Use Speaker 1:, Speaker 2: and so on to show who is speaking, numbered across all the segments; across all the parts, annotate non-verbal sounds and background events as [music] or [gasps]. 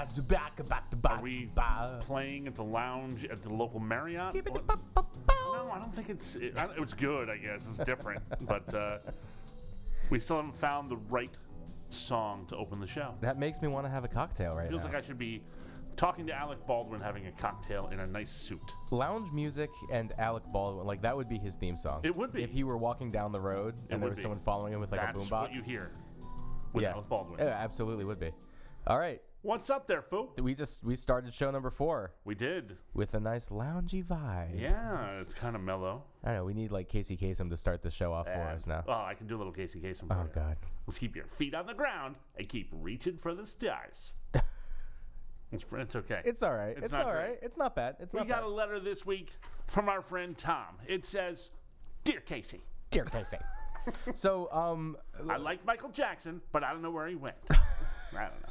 Speaker 1: Are we playing at the lounge at the local Marriott? No, I don't think it's. It, I, it's good, I guess. It's
Speaker 2: [laughs]
Speaker 1: different, but uh, we still haven't found the right song to open the show.
Speaker 2: That makes me want to have a cocktail right
Speaker 1: Feels
Speaker 2: now.
Speaker 1: like I should be talking to Alec Baldwin, having a cocktail in a nice suit.
Speaker 2: Lounge music and Alec Baldwin, like that would be his theme song.
Speaker 1: It would be.
Speaker 2: if he were walking down the road and
Speaker 1: would
Speaker 2: there was
Speaker 1: be.
Speaker 2: someone following him with like
Speaker 1: That's
Speaker 2: a boombox.
Speaker 1: what you hear with Alec Baldwin.
Speaker 2: Yeah, absolutely would be. All right,
Speaker 1: What's up there, foo?
Speaker 2: we just we started show number four
Speaker 1: We did.
Speaker 2: with a nice loungy vibe.
Speaker 1: Yeah, it's kind of mellow.
Speaker 2: I know we need like Casey Kasem to start the show off for us now.
Speaker 1: Oh, I can do a little Casey Kasem. For
Speaker 2: Oh,
Speaker 1: you.
Speaker 2: God.
Speaker 1: Let's keep your feet on the ground and keep reaching for
Speaker 2: [laughs]
Speaker 1: the stars. it's, it's okay.
Speaker 2: It's all right.
Speaker 1: It's
Speaker 2: It's,
Speaker 1: not
Speaker 2: all
Speaker 1: great.
Speaker 2: right. It's not bad. It's
Speaker 1: we
Speaker 2: not
Speaker 1: got
Speaker 2: bad.
Speaker 1: a letter this week from our friend Tom. It says, "Dear Casey,
Speaker 2: Dear
Speaker 1: [laughs]
Speaker 2: Casey. so um,
Speaker 1: I like Michael Jackson, but I don't know where
Speaker 2: [laughs]
Speaker 1: he went. I don't know.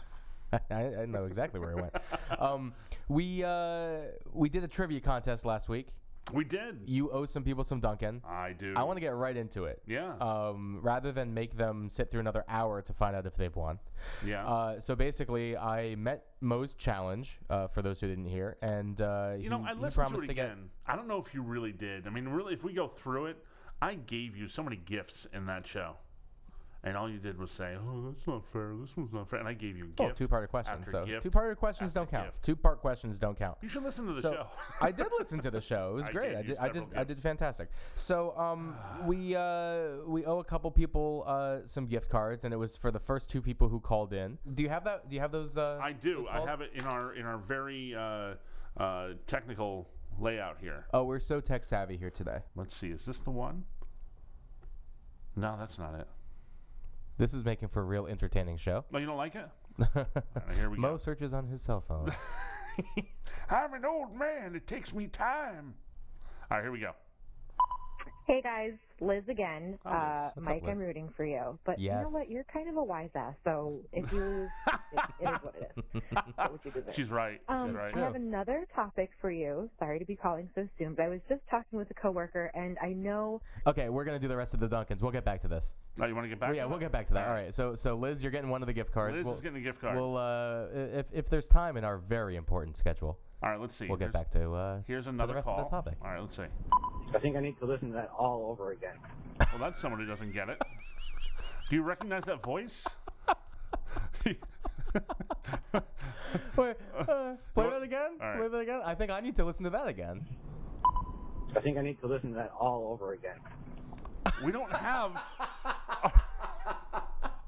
Speaker 2: I, I know exactly where it went. Um, we uh, we did a trivia contest last week.
Speaker 1: We did.
Speaker 2: You owe some people some Duncan.
Speaker 1: I do.
Speaker 2: I want to get right into it.
Speaker 1: Yeah.
Speaker 2: Um, rather than make them sit through another hour to find out if they've won.
Speaker 1: yeah.
Speaker 2: Uh, so basically, I met Mo's challenge uh, for those who didn't hear, and uh,
Speaker 1: you know,
Speaker 2: he,
Speaker 1: I
Speaker 2: he
Speaker 1: listened to
Speaker 2: promised
Speaker 1: it
Speaker 2: to get.
Speaker 1: again. I don't know if you really did. I mean, really, if we go through it, I gave you so many gifts in that show, and all you did was say, "Oh, that's not fair. This one's not fair," and I gave you gift
Speaker 2: Oh, two-part question.
Speaker 1: after
Speaker 2: So
Speaker 1: gift
Speaker 2: two-part questions
Speaker 1: after
Speaker 2: don't count.
Speaker 1: gift.
Speaker 2: Two-part questions don't count.
Speaker 1: You should listen to the
Speaker 2: so
Speaker 1: show.
Speaker 2: I did listen to the show. It was
Speaker 1: [laughs] I
Speaker 2: great.
Speaker 1: gave
Speaker 2: I
Speaker 1: you
Speaker 2: did. I did.
Speaker 1: several
Speaker 2: I
Speaker 1: gifts.
Speaker 2: did fantastic. So
Speaker 1: [sighs]
Speaker 2: um, we uh, we owe a couple people uh, some gift cards, and it was for the first two people who called in. Do you have that? Do you have those? Uh,
Speaker 1: I do. I
Speaker 2: calls?
Speaker 1: have it in our in our very uh, uh, technical layout here.
Speaker 2: Oh, we're so tech savvy here today.
Speaker 1: Let's see. Is this the one? No, that's not it.
Speaker 2: This is making for a real entertaining show.
Speaker 1: No, you don't like it.
Speaker 2: [laughs]
Speaker 1: All right, here we
Speaker 2: Mo
Speaker 1: go.
Speaker 2: searches on his cell
Speaker 1: [laughs]
Speaker 2: phone.
Speaker 1: I'm an old man. It takes me time. All right, here we go.
Speaker 3: Hey guys, Liz again. Uh,
Speaker 2: What's up,
Speaker 3: Mike, I'm
Speaker 2: Oh, Liz?
Speaker 3: rooting for you. But
Speaker 2: Yes.
Speaker 3: you know what? You're kind of a wise ass, so if you, it, it is what it
Speaker 2: [laughs]
Speaker 3: is. What would you do there?
Speaker 1: She's right.
Speaker 3: Um,
Speaker 1: She's right.
Speaker 3: I have another topic for you. Sorry to be calling so soon, but I was just talking with a coworker, and I know
Speaker 2: okay, we're gonna do the rest of the Duncans. We'll get back to this.
Speaker 1: Oh, you want to get back?
Speaker 2: yeah,
Speaker 1: to
Speaker 2: we'll
Speaker 1: that?
Speaker 2: get back to that. All right. So, so Liz, you're getting one of the gift cards.
Speaker 1: Liz
Speaker 2: we'll,
Speaker 1: is getting a gift card.
Speaker 2: We'll, uh, if if there's time in our very important schedule,
Speaker 1: All right, let's see.
Speaker 2: we'll get
Speaker 1: here's,
Speaker 2: back to uh,
Speaker 1: Here's
Speaker 2: to
Speaker 1: another
Speaker 2: the rest
Speaker 1: call.
Speaker 2: of the topic.
Speaker 1: All right, let's see.
Speaker 4: I think I need to listen to that all over again.
Speaker 1: Well, that's someone who doesn't get
Speaker 2: [laughs]
Speaker 1: it. Do you recognize that voice?
Speaker 2: Wait,
Speaker 1: [laughs]
Speaker 2: uh, play that again.
Speaker 1: All right.
Speaker 2: Play that again. I think I need to listen to that again.
Speaker 4: I think I need to listen to that all over again.
Speaker 1: We
Speaker 2: [laughs]
Speaker 1: don't have.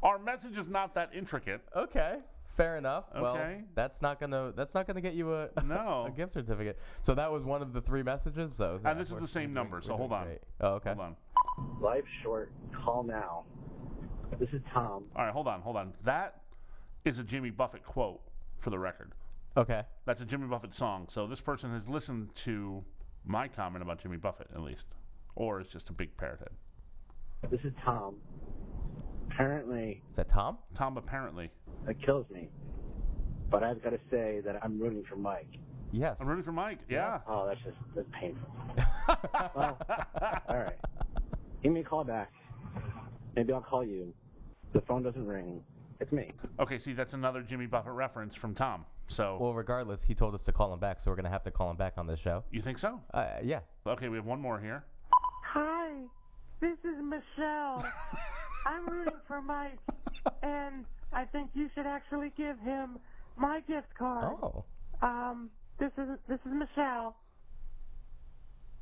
Speaker 1: Our message is not that intricate.
Speaker 2: Okay, fair enough. Well,
Speaker 1: Okay.
Speaker 2: that's not gonna that's not gonna get you a [laughs]
Speaker 1: No.
Speaker 2: a gift certificate. So that was one of the three messages. So yeah,
Speaker 1: And this is
Speaker 2: we're-
Speaker 1: the same
Speaker 2: we're doing-
Speaker 1: number,
Speaker 2: we're
Speaker 1: so
Speaker 2: doing
Speaker 1: hold on.
Speaker 2: great. Oh, okay.
Speaker 1: Hold on.
Speaker 4: Life's short. Call now. This is Tom.
Speaker 1: All right, hold on, hold on. That is a Jimmy Buffett quote for the record.
Speaker 2: Okay.
Speaker 1: That's a Jimmy Buffett song. So this person has listened to my comment about Jimmy Buffett, at least, or it's just a big parrot head.
Speaker 4: This is Tom. Apparently,
Speaker 2: Is that Tom?
Speaker 1: Tom apparently.
Speaker 4: that kills me. But I've got to say that I'm rooting for Mike.
Speaker 2: Yes.
Speaker 1: I'm rooting for Mike. Yeah.
Speaker 4: Oh, that's just that's painful. well, all right. Give me a call back. Maybe I'll call you. The phone doesn't ring. It's me.
Speaker 1: Okay, see, that's another Jimmy Buffett reference from Tom. So
Speaker 2: Well, regardless, he told us to call him back, so we're gonna have to call him back on this show.
Speaker 1: you think so?
Speaker 2: Uh, yeah.
Speaker 1: Okay, we have one more here.
Speaker 5: Hi, this is Michelle. I'm rooting for Mike, and I think you should actually give him my gift card.
Speaker 2: Oh.
Speaker 5: Um, this is this is Michelle.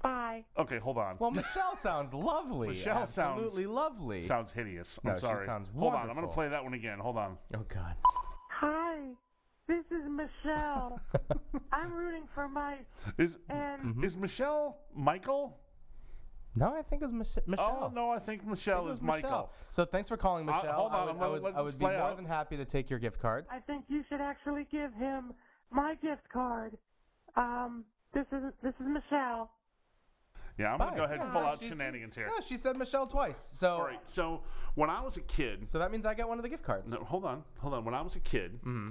Speaker 5: Bye.
Speaker 1: Okay, hold on.
Speaker 2: Well,
Speaker 1: [laughs]
Speaker 2: Michelle sounds lovely.
Speaker 1: Michelle sounds-
Speaker 2: absolutely lovely.
Speaker 1: sounds hideous.
Speaker 2: No,
Speaker 1: I'm
Speaker 2: she
Speaker 1: sorry.
Speaker 2: sounds
Speaker 1: hold on, I'm gonna
Speaker 2: wonderful.
Speaker 1: play that one again. Hold on.
Speaker 2: oh God. [laughs]
Speaker 5: Hi, this is Michelle. I'm rooting for Mike,
Speaker 1: Is
Speaker 5: and
Speaker 2: Mm-hmm.
Speaker 1: is Michelle Michael?
Speaker 2: No, I think it was Mich- Michelle.
Speaker 1: Oh no, I think Michelle
Speaker 2: It was
Speaker 1: is Michael.
Speaker 2: Michelle. So thanks for calling,
Speaker 1: Uh,
Speaker 2: Michelle.
Speaker 1: hold on,
Speaker 2: I would,
Speaker 1: I'm
Speaker 2: I
Speaker 1: gonna
Speaker 2: would,
Speaker 1: let
Speaker 2: I
Speaker 1: this
Speaker 2: would be
Speaker 1: play
Speaker 2: more
Speaker 1: out.
Speaker 2: than happy to take your gift card.
Speaker 5: I think you should actually give him my gift card. Um, this is this is Michelle.
Speaker 1: Yeah, I'm
Speaker 2: Bye.
Speaker 1: gonna go ahead and
Speaker 2: Yeah,
Speaker 1: full out
Speaker 2: she said-
Speaker 1: shenanigans here.
Speaker 2: No, she said Michelle twice. So,
Speaker 1: All right. So when I was a kid,
Speaker 2: so that means I get one of the gift cards.
Speaker 1: No, hold on, hold on. When I was a kid,
Speaker 2: Mm-hmm.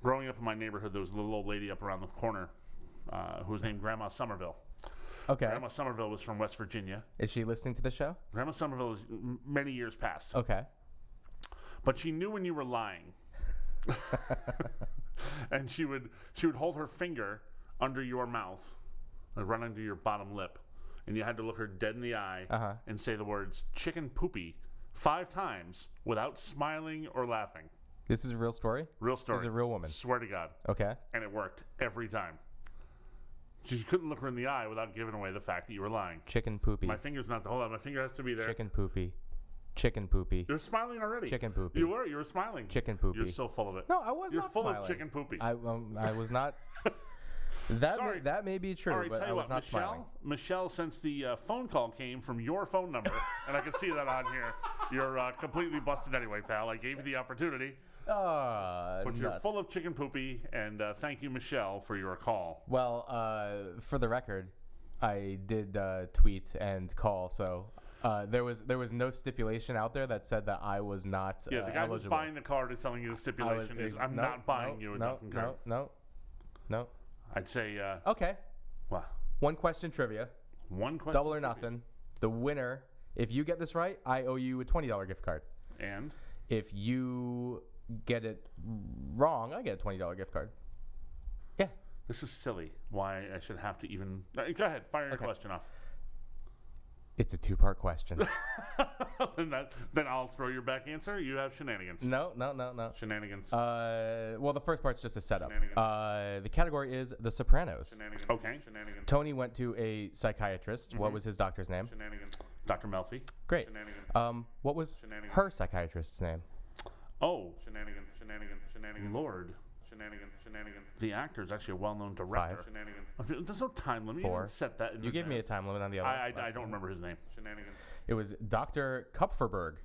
Speaker 1: growing up in my neighborhood, there was a little old lady up around the corner uh, who was named Grandma Somerville.
Speaker 2: Okay.
Speaker 1: Grandma Somerville was from West Virginia.
Speaker 2: Is she listening to the show?
Speaker 1: Grandma Somerville is m- many years past,
Speaker 2: Okay. [laughs]
Speaker 1: but she knew when you were lying. and she would she would hold her finger under your mouth, like right under your bottom lip, and you had to look her dead in the eye
Speaker 2: Uh-huh.
Speaker 1: and say the words "chicken poopy" five times without smiling or laughing.
Speaker 2: This is a real story.
Speaker 1: Real story.
Speaker 2: a real woman.
Speaker 1: Swear to God,
Speaker 2: Okay.
Speaker 1: and it worked every time. She couldn't look her in the eye without giving away the fact that you were lying.
Speaker 2: Chicken poopy.
Speaker 1: My finger's not the hold on. My finger has to be there.
Speaker 2: Chicken poopy. Chicken poopy.
Speaker 1: You're smiling already.
Speaker 2: Chicken poopy.
Speaker 1: You were. You were smiling.
Speaker 2: Chicken
Speaker 1: You're
Speaker 2: poopy.
Speaker 1: so full of it.
Speaker 2: No, I was
Speaker 1: You're
Speaker 2: not
Speaker 1: full
Speaker 2: smiling.
Speaker 1: of chicken poopy.
Speaker 2: I um, I was
Speaker 1: [laughs]
Speaker 2: not. That may,
Speaker 1: Sorry.
Speaker 2: that may be true,
Speaker 1: All right,
Speaker 2: but
Speaker 1: tell
Speaker 2: I
Speaker 1: you
Speaker 2: was
Speaker 1: what,
Speaker 2: not
Speaker 1: Michelle.
Speaker 2: smiling.
Speaker 1: Michelle, since the uh, phone call came from your phone
Speaker 2: [laughs]
Speaker 1: number, and I can see that on here, you're uh, completely busted anyway, pal. I gave you the opportunity,
Speaker 2: Uh,
Speaker 1: but you're
Speaker 2: nuts.
Speaker 1: full of chicken poopy. And uh, thank you, Michelle, for your call.
Speaker 2: Well, uh, for the record, I did uh, tweet and call, so uh, there was there was no stipulation out there that said that I was not
Speaker 1: Yeah,
Speaker 2: uh,
Speaker 1: the guy who's
Speaker 2: eligible.
Speaker 1: buying the card is telling you the
Speaker 2: I was-
Speaker 1: stipulation is,
Speaker 2: ex-
Speaker 1: "I'm
Speaker 2: no,
Speaker 1: not buying
Speaker 2: no,
Speaker 1: you a
Speaker 2: no,
Speaker 1: Dunkin'
Speaker 2: no,
Speaker 1: card."
Speaker 2: no, no.
Speaker 1: I'd say, uh,
Speaker 2: Okay,
Speaker 1: wow,
Speaker 2: one question trivia,
Speaker 1: one question,
Speaker 2: double or nothing. The winner, if you get this right, I owe you a twenty dollar gift card.
Speaker 1: and
Speaker 2: If you get it wrong, I get a twenty dollar gift card. Yeah.
Speaker 1: this is silly. Why I should have to even Uh, go ahead, fire your question off.
Speaker 2: It's a two part question. [laughs]
Speaker 1: [laughs] then that, then I'll throw your back answer. You have shenanigans.
Speaker 2: no, no, no, no.
Speaker 1: Shenanigans.
Speaker 2: Uh, well, the first part's just a setup.
Speaker 1: Shenanigans.
Speaker 2: Uh, the category is The Sopranos.
Speaker 1: okay. Shenanigans.
Speaker 2: Tony went to a psychiatrist.
Speaker 1: Mm-hmm.
Speaker 2: What was his doctor's name?
Speaker 1: Shenanigans. Dr. Melfi.
Speaker 2: Great.
Speaker 1: Shenanigans.
Speaker 2: Um, what was
Speaker 1: Shenanigans.
Speaker 2: her psychiatrist's name?
Speaker 1: Oh. Shenanigans. Shenanigans. Shenanigans. Lord. Shenanigans. Shenanigans. The actor is actually a well-known director.
Speaker 2: Five.
Speaker 1: Shenanigans. I feel- There's no time limit. You
Speaker 2: Four.
Speaker 1: didn't set that. In
Speaker 2: You gave me a
Speaker 1: advance.
Speaker 2: time limit on the other
Speaker 1: I,
Speaker 2: one's
Speaker 1: I, I
Speaker 2: last
Speaker 1: don't
Speaker 2: name.
Speaker 1: remember his name. Shenanigans.
Speaker 2: It was Dr. Kupferberg.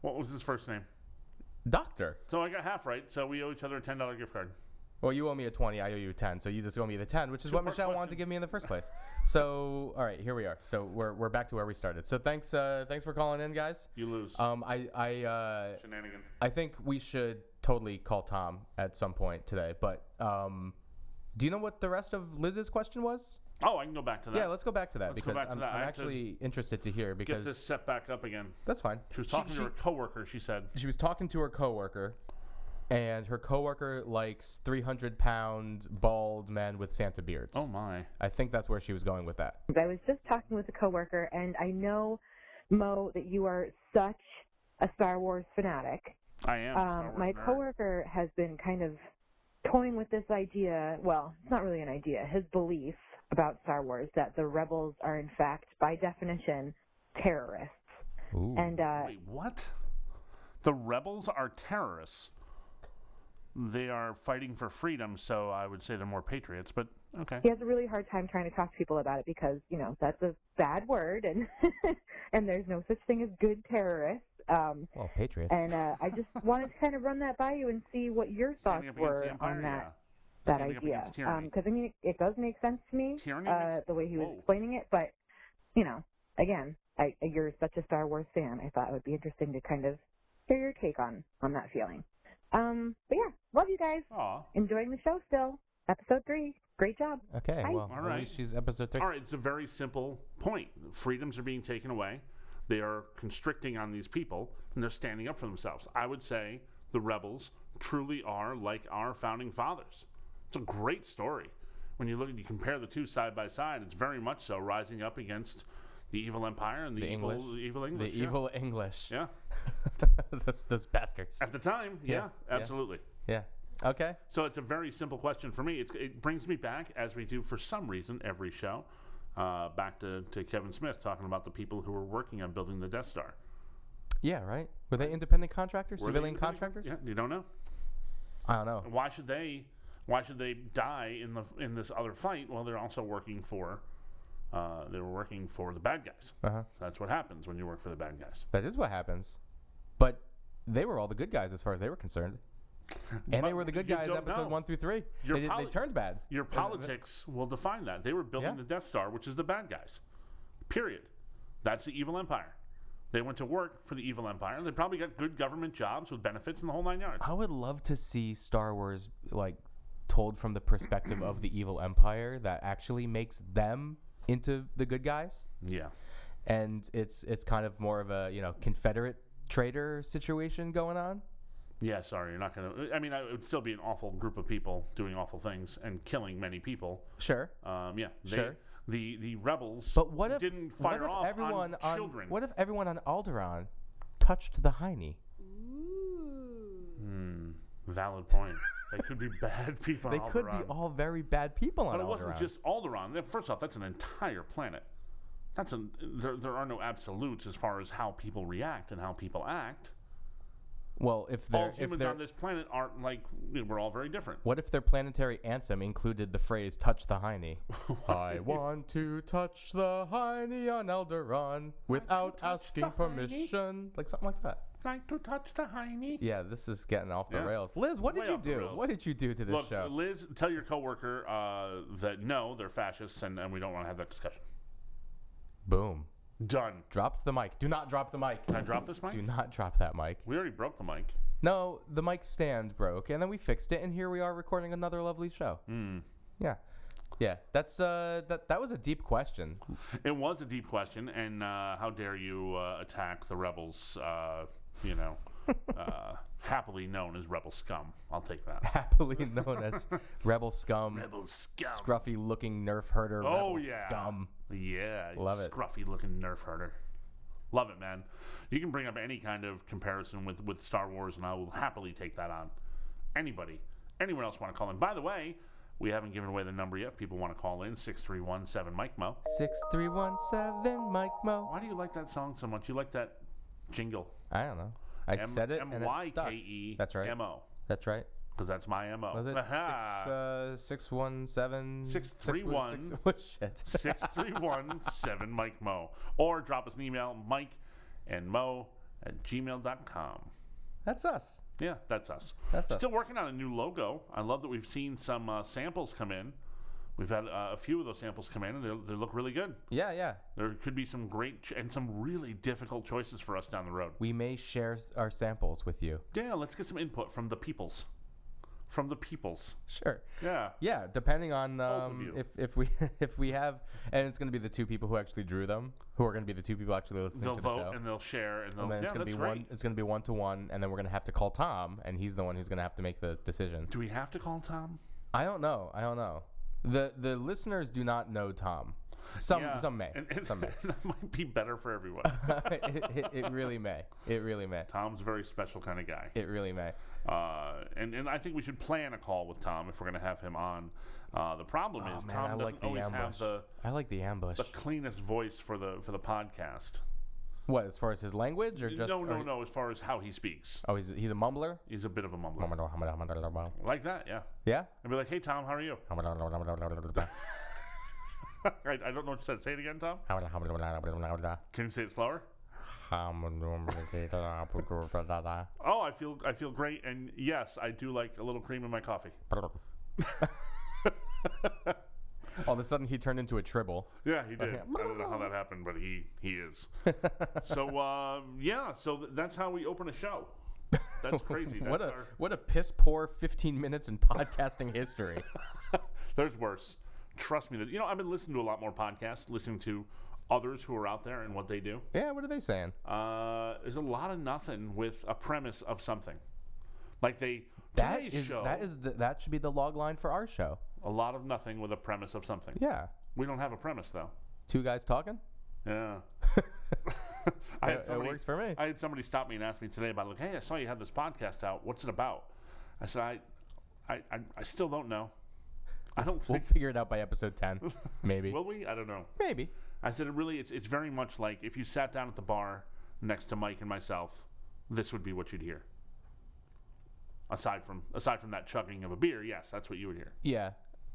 Speaker 1: What was his first name?
Speaker 2: Doctor.
Speaker 1: So I got half right. So we owe each other a ten dollar gift card.
Speaker 2: Well, you owe me a 20. I owe you a 10. So you just owe me the 10, which is what
Speaker 1: Two-part
Speaker 2: Michelle wanted to
Speaker 1: question.
Speaker 2: give me in the first place. So, all right, here we are. So we're, we're back to where we started. So thanks uh, thanks for calling in, guys.
Speaker 1: You lose.
Speaker 2: Um, I, I, uh,
Speaker 1: Shenanigans.
Speaker 2: I think we should totally call Tom at some point today. But um, do you know what the rest of Liz's question was?
Speaker 1: Oh, I can go back to that.
Speaker 2: Yeah, let's go back to that
Speaker 1: go
Speaker 2: because
Speaker 1: back to
Speaker 2: I'm,
Speaker 1: that. I
Speaker 2: I'm
Speaker 1: have to
Speaker 2: actually interested to hear
Speaker 1: get
Speaker 2: because
Speaker 1: this set back up again.
Speaker 2: that's fine.
Speaker 1: She was talking
Speaker 2: she,
Speaker 1: to her coworker. She said,
Speaker 2: she was talking to her coworker, and her coworker likes 300 pound bald men with Santa beards.
Speaker 1: "Oh my."
Speaker 2: I think that's where she was going with that.
Speaker 3: I was just talking with a coworker, and I know, Mo, that you are such a Star Wars fanatic.
Speaker 1: I am. a Star
Speaker 3: Um,
Speaker 1: Wars
Speaker 3: my
Speaker 1: nerd.
Speaker 3: coworker has been kind of toying with this idea. Well, it's not really an idea. His belief about Star Wars that the rebels are, in fact, by definition, terrorists. And uh,
Speaker 1: Wait, what? The rebels are terrorists. They are fighting for freedom, so I would say they're more patriots, but okay.
Speaker 3: he has a really hard time trying to talk to people about it because you know that's a bad word, and [laughs] and there's no such thing as good terrorists.
Speaker 1: [laughs]
Speaker 3: Um,
Speaker 2: Well, Patriot.
Speaker 3: and uh, I just wanted to kind of run that by you and see what your thoughts
Speaker 1: Standing up against
Speaker 3: were
Speaker 1: the
Speaker 3: on
Speaker 1: empire,
Speaker 3: that that
Speaker 1: Standing up
Speaker 3: idea.
Speaker 1: against tyranny.
Speaker 3: Because I mean, it, it does make sense to me
Speaker 1: Tyranny
Speaker 3: uh,
Speaker 1: makes-
Speaker 3: the way he was
Speaker 1: Whoa.
Speaker 3: explaining it, but you know, again, I, you're such a Star Wars fan. I thought it would be interesting to kind of hear your take on on that feeling. Um, but yeah, love you guys.
Speaker 1: yeah. Aw.
Speaker 3: Enjoying the show still. Episode three, great job.
Speaker 2: okay,
Speaker 3: Hi.
Speaker 2: well,
Speaker 1: All
Speaker 2: at
Speaker 1: right.
Speaker 2: least she's episode three.
Speaker 1: All right, it's a very simple point. Freedoms are being taken away. They are constricting on these people, and they're standing up for themselves. I would say the rebels truly are like our founding fathers. It's a great story. When you look at you compare the two side by side, it's very much so rising up against the evil empire and the,
Speaker 2: The
Speaker 1: evil
Speaker 2: English.
Speaker 1: the evil
Speaker 2: The
Speaker 1: English. yeah.
Speaker 2: evil English.
Speaker 1: Yeah.
Speaker 2: [laughs] those, those bastards.
Speaker 1: At the time, yeah,
Speaker 2: yeah.
Speaker 1: absolutely.
Speaker 2: Yeah. Okay.
Speaker 1: So it's a very simple question for me. It, it brings me back, as we do for some reason every show, uh, back to, to Kevin Smith talking about the people who were working on building the Death Star.
Speaker 2: Yeah, right? Were they independent contractors?
Speaker 1: Were they
Speaker 2: civilian
Speaker 1: independent?
Speaker 2: contractors?
Speaker 1: Yeah, you don't know.
Speaker 2: I don't know.
Speaker 1: Why should they? Why should they die in the in this other fight? Well, they're also working for. Uh, they were working for the bad guys.
Speaker 2: Uh-huh.
Speaker 1: So that's what happens when you work for the bad guys.
Speaker 2: That is what happens. But they were all the good guys as far as they were [laughs] concerned. And they
Speaker 1: But
Speaker 2: were the good
Speaker 1: you
Speaker 2: guys
Speaker 1: don't
Speaker 2: episode
Speaker 1: know.
Speaker 2: one through three. They,
Speaker 1: Your
Speaker 2: did- they
Speaker 1: poli-
Speaker 2: turned bad.
Speaker 1: Your politics will define that. They were building
Speaker 2: Yeah.
Speaker 1: the Death Star, which is the bad guys. Period. That's the evil empire. They went to work for the evil empire. They probably got good government jobs with benefits and the whole nine yards.
Speaker 2: I would love to see Star Wars like told from the perspective of the evil empire that actually makes them into the good guys.
Speaker 1: Yeah.
Speaker 2: And it's it's kind of more of a, you know, Confederate traitor situation going on.
Speaker 1: Yeah, sorry, you're not gonna. I mean, I, it would still be an awful group of people doing awful things and killing many people.
Speaker 2: Sure.
Speaker 1: Um, yeah, they,
Speaker 2: Sure.
Speaker 1: The the rebels,
Speaker 2: But what if
Speaker 1: didn't fire
Speaker 2: what if
Speaker 1: off
Speaker 2: everyone
Speaker 1: on children?
Speaker 2: what if everyone on Alderaan touched the hiney?
Speaker 1: Valid point. they could be [laughs] bad people.
Speaker 2: They
Speaker 1: on
Speaker 2: could be
Speaker 1: Alderaan.
Speaker 2: all very bad people on
Speaker 1: But it wasn't
Speaker 2: Alderaan.
Speaker 1: just Alderaan. Th- First off, that's an entire planet. That's an there. There are no absolutes as far as how people react and how people act.
Speaker 2: well, if
Speaker 1: all
Speaker 2: they're if
Speaker 1: humans
Speaker 2: they're
Speaker 1: on this planet aren't like you know, we're all very different.
Speaker 2: what if their planetary anthem included the phrase "touch the
Speaker 1: [laughs]
Speaker 2: hiney"? I want to touch the hiney on Alderaan without
Speaker 1: touch
Speaker 2: asking
Speaker 1: the hiney.
Speaker 2: permission, like something like that.
Speaker 1: Like to touch the hiney.
Speaker 2: Yeah, this is getting off the
Speaker 1: Yeah.
Speaker 2: rails. Liz, what did
Speaker 1: Way
Speaker 2: you
Speaker 1: off the
Speaker 2: do?
Speaker 1: rails.
Speaker 2: What did you do to this
Speaker 1: Look,
Speaker 2: show?
Speaker 1: Liz, tell your coworker uh, that no, they're fascists, and, and we don't want to have that discussion.
Speaker 2: Boom.
Speaker 1: Done.
Speaker 2: Dropped the mic. Do not drop the mic.
Speaker 1: Can I drop this mic?
Speaker 2: Do not drop that mic.
Speaker 1: We already broke the mic.
Speaker 2: No, the mic stand broke, and then we fixed it, and here we are recording another lovely show.
Speaker 1: Hmm.
Speaker 2: Yeah, yeah. That's uh, that that was a deep question. [laughs]
Speaker 1: It was a deep question, and uh, how dare you uh, attack the rebels? Uh, you know, [laughs] uh, happily known as rebel scum. I'll take that.
Speaker 2: Happily known
Speaker 1: [laughs]
Speaker 2: as Rebel Scum,
Speaker 1: Rebel scum.
Speaker 2: scruffy-looking nerf herder.
Speaker 1: oh
Speaker 2: Rebel
Speaker 1: yeah.
Speaker 2: Scum.
Speaker 1: Yeah.
Speaker 2: Love it.
Speaker 1: Scruffy looking nerf herder. Love it, man. You can bring up any kind of comparison with with Star Wars, and I will happily take that on. Anybody, anyone else want to call in? By the way. We haven't given away the number yet. If People want to call in 6317 Mike Mo.
Speaker 2: Six three one seven Mike Mo.
Speaker 1: Why do you like that song so much? You like that jingle.
Speaker 2: I don't know. I
Speaker 1: M- E.
Speaker 2: said it and it stuck.
Speaker 1: M-Y-K-E
Speaker 2: That's right.
Speaker 1: M-O.
Speaker 2: That's right.
Speaker 1: Because that's my MO.
Speaker 2: Was it six
Speaker 1: [laughs]
Speaker 2: uh six one seven
Speaker 1: Six,
Speaker 2: six-
Speaker 1: three,
Speaker 2: [laughs]
Speaker 1: one.
Speaker 2: six- what shit?
Speaker 1: 6317 Mike Mo. Or drop us an email, Mike and Mo at gmail.com.
Speaker 2: That's us.
Speaker 1: Yeah, that's us.
Speaker 2: That's us.
Speaker 1: Still working on a new logo. I love that we've seen some uh, samples come in. We've had uh, a few of those samples come in, and they, they look really good.
Speaker 2: Yeah, yeah.
Speaker 1: There could be some great ch- and some really difficult choices for us down the road.
Speaker 2: We may share s- our samples with you.
Speaker 1: Yeah, let's get some input from the peoples. From the peoples.
Speaker 2: Sure.
Speaker 1: Yeah.
Speaker 2: Yeah, depending on
Speaker 1: Both of
Speaker 2: um,
Speaker 1: you.
Speaker 2: if if we [laughs] if we have, and it's going to be the two people who actually drew them, who are going to be the two people actually listening
Speaker 1: They'll
Speaker 2: to the
Speaker 1: vote
Speaker 2: show.
Speaker 1: and they'll share and they'll.
Speaker 2: And then
Speaker 1: yeah,
Speaker 2: it's going to
Speaker 1: that's
Speaker 2: be
Speaker 1: right.
Speaker 2: one. It's going to be one to one, and then we're going to have to call Tom, and he's the one who's going to have to make the decision.
Speaker 1: Do we have to call Tom?
Speaker 2: I don't know. I don't know. the The listeners do not know Tom. Some
Speaker 1: Yeah.
Speaker 2: some may.
Speaker 1: [laughs] And, and
Speaker 2: some may.
Speaker 1: that might be better for everyone.
Speaker 2: [laughs] it, it, it really may. It really may.
Speaker 1: Tom's a very special kind of guy.
Speaker 2: It really may.
Speaker 1: Uh, and, and I think we should plan a call with Tom if we're going to have him on. Uh, the problem
Speaker 2: Oh,
Speaker 1: is
Speaker 2: man,
Speaker 1: Tom
Speaker 2: I
Speaker 1: doesn't
Speaker 2: like the
Speaker 1: always
Speaker 2: ambush.
Speaker 1: have the,
Speaker 2: I like the ambush.
Speaker 1: the cleanest voice for the for the podcast.
Speaker 2: What as far as his language or just?
Speaker 1: no,
Speaker 2: or-
Speaker 1: no, no. As far as how he speaks,
Speaker 2: Oh, he's he's a mumbler.
Speaker 1: he's a bit of a mumbler. Like that, yeah.
Speaker 2: Yeah.
Speaker 1: I'd be like, "Hey, Tom, how are you?" I, I don't know what you said. Say it again, Tom. Can you say it slower? Oh, I feel I feel great, and yes, I do like a little cream in my coffee.
Speaker 2: All of a sudden, he turned into a tribble.
Speaker 1: Yeah,
Speaker 2: [laughs]
Speaker 1: he did. I don't know how that happened, but he he is. so uh, yeah, so th- that's how we open a show.
Speaker 2: [laughs]
Speaker 1: That's crazy. That's
Speaker 2: What a
Speaker 1: our-
Speaker 2: what a piss poor 15 minutes in podcasting
Speaker 1: [laughs]
Speaker 2: history.
Speaker 1: there's worse. Trust me. That you know, I've been listening to a lot more podcasts, listening to others who are out there and what they do.
Speaker 2: Yeah, what are they saying?
Speaker 1: Uh, there's a lot of nothing with a premise of something. Like they
Speaker 2: That
Speaker 1: today's
Speaker 2: is
Speaker 1: show
Speaker 2: that is the, that should be the log line for our show.
Speaker 1: a lot of nothing with a premise of something.
Speaker 2: Yeah,
Speaker 1: We don't have a premise though.
Speaker 2: two guys
Speaker 1: [laughs]
Speaker 2: talking.
Speaker 1: Yeah. [laughs] I
Speaker 2: It- it works for me.
Speaker 1: I had somebody stop me and ask me today about like, hey, I saw you had this podcast out. What's it about? I said, I, I, I, I still don't know. I don't
Speaker 2: We'll
Speaker 1: think.
Speaker 2: figure it out by episode 10, maybe.
Speaker 1: Will we? I don't know.
Speaker 2: maybe.
Speaker 1: I said, it really, it's it's very much like if you sat down at the bar next to Mike and myself, this would be what you'd hear. Aside from aside from that chugging of a beer, yes, that's what you would hear.
Speaker 2: Yeah.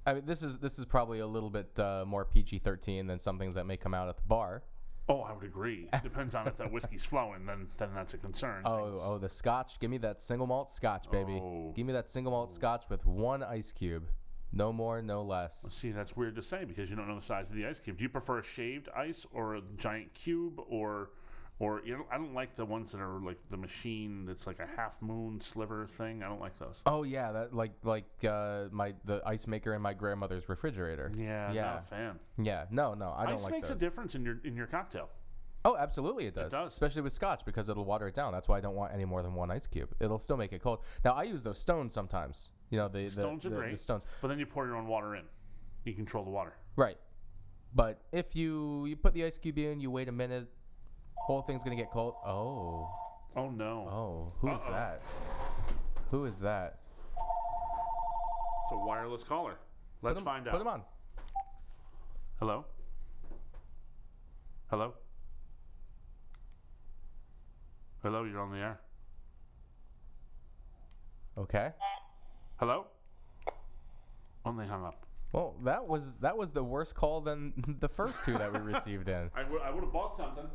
Speaker 2: I mean, this is this is probably a little bit uh, more PG-13 than some things that may come out at the bar.
Speaker 1: Oh, I would agree. Depends on if that whiskey's flowing, then then that's a concern.
Speaker 2: Oh, oh, the Scotch! Give me that single malt Scotch, baby.
Speaker 1: Oh.
Speaker 2: Give me that single malt Scotch with one ice cube, no more, no less.
Speaker 1: See, that's weird to say because you don't know the size of the ice cube. Do you prefer a shaved ice or a giant cube or or you know, I don't like the ones that are like the machine that's like a half moon sliver thing. I don't like those.
Speaker 2: Oh yeah, that like like uh, my the ice maker in my grandmother's refrigerator.
Speaker 1: Yeah,
Speaker 2: yeah,
Speaker 1: not a fan.
Speaker 2: yeah. No, no, I don't
Speaker 1: ice
Speaker 2: like
Speaker 1: makes
Speaker 2: those.
Speaker 1: a difference in your in your cocktail.
Speaker 2: Oh, absolutely, it does.
Speaker 1: does.
Speaker 2: Especially with scotch because it'll water it down. That's why I don't want any more than one ice cube. It'll still make it cold. Now I use those stones sometimes. You know, the the-
Speaker 1: Stones
Speaker 2: the-
Speaker 1: are great.
Speaker 2: The stones,
Speaker 1: But then you pour your own water in. You control the water.
Speaker 2: right? But if you you put the ice cube in, you wait a minute, whole thing's gonna get cold. Oh,
Speaker 1: Oh no.
Speaker 2: oh, who's
Speaker 1: Uh-oh.
Speaker 2: that? Who is that?
Speaker 1: It's a wireless collar. Let's
Speaker 2: Put 'em-
Speaker 1: find out.
Speaker 2: Put them on.
Speaker 1: Hello? Hello? Hello, you're on the air.
Speaker 2: Okay.
Speaker 1: Hello? Only hung up.
Speaker 2: Well, that was that was the worst call than [laughs] the first two that we received
Speaker 1: [laughs]
Speaker 2: in. [laughs]
Speaker 1: I would have bought something.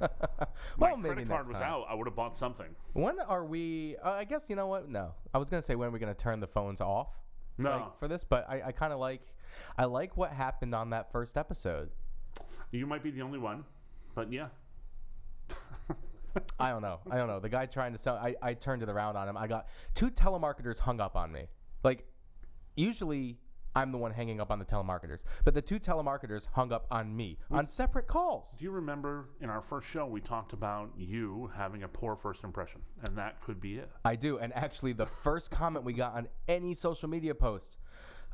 Speaker 1: My
Speaker 2: well, maybe
Speaker 1: credit card
Speaker 2: next
Speaker 1: was
Speaker 2: time.
Speaker 1: out. I would have bought something.
Speaker 2: When are we? Uh, I guess you know what? No, I was gonna say when are we gonna turn the phones off
Speaker 1: No.
Speaker 2: like, for this, but I, I kind of like, I like what happened on that first episode.
Speaker 1: you might be the only one, but yeah.
Speaker 2: I don't know. I don't know. The guy trying to sell, I, I turned it around on him. I got two telemarketers hung up on me. Like, usually I'm the one hanging up on the telemarketers, but the two telemarketers hung up on me on separate calls.
Speaker 1: Do you remember in our first show we talked about you having a poor first impression, and that could be it.
Speaker 2: I do. And actually, the first comment we got on any social media post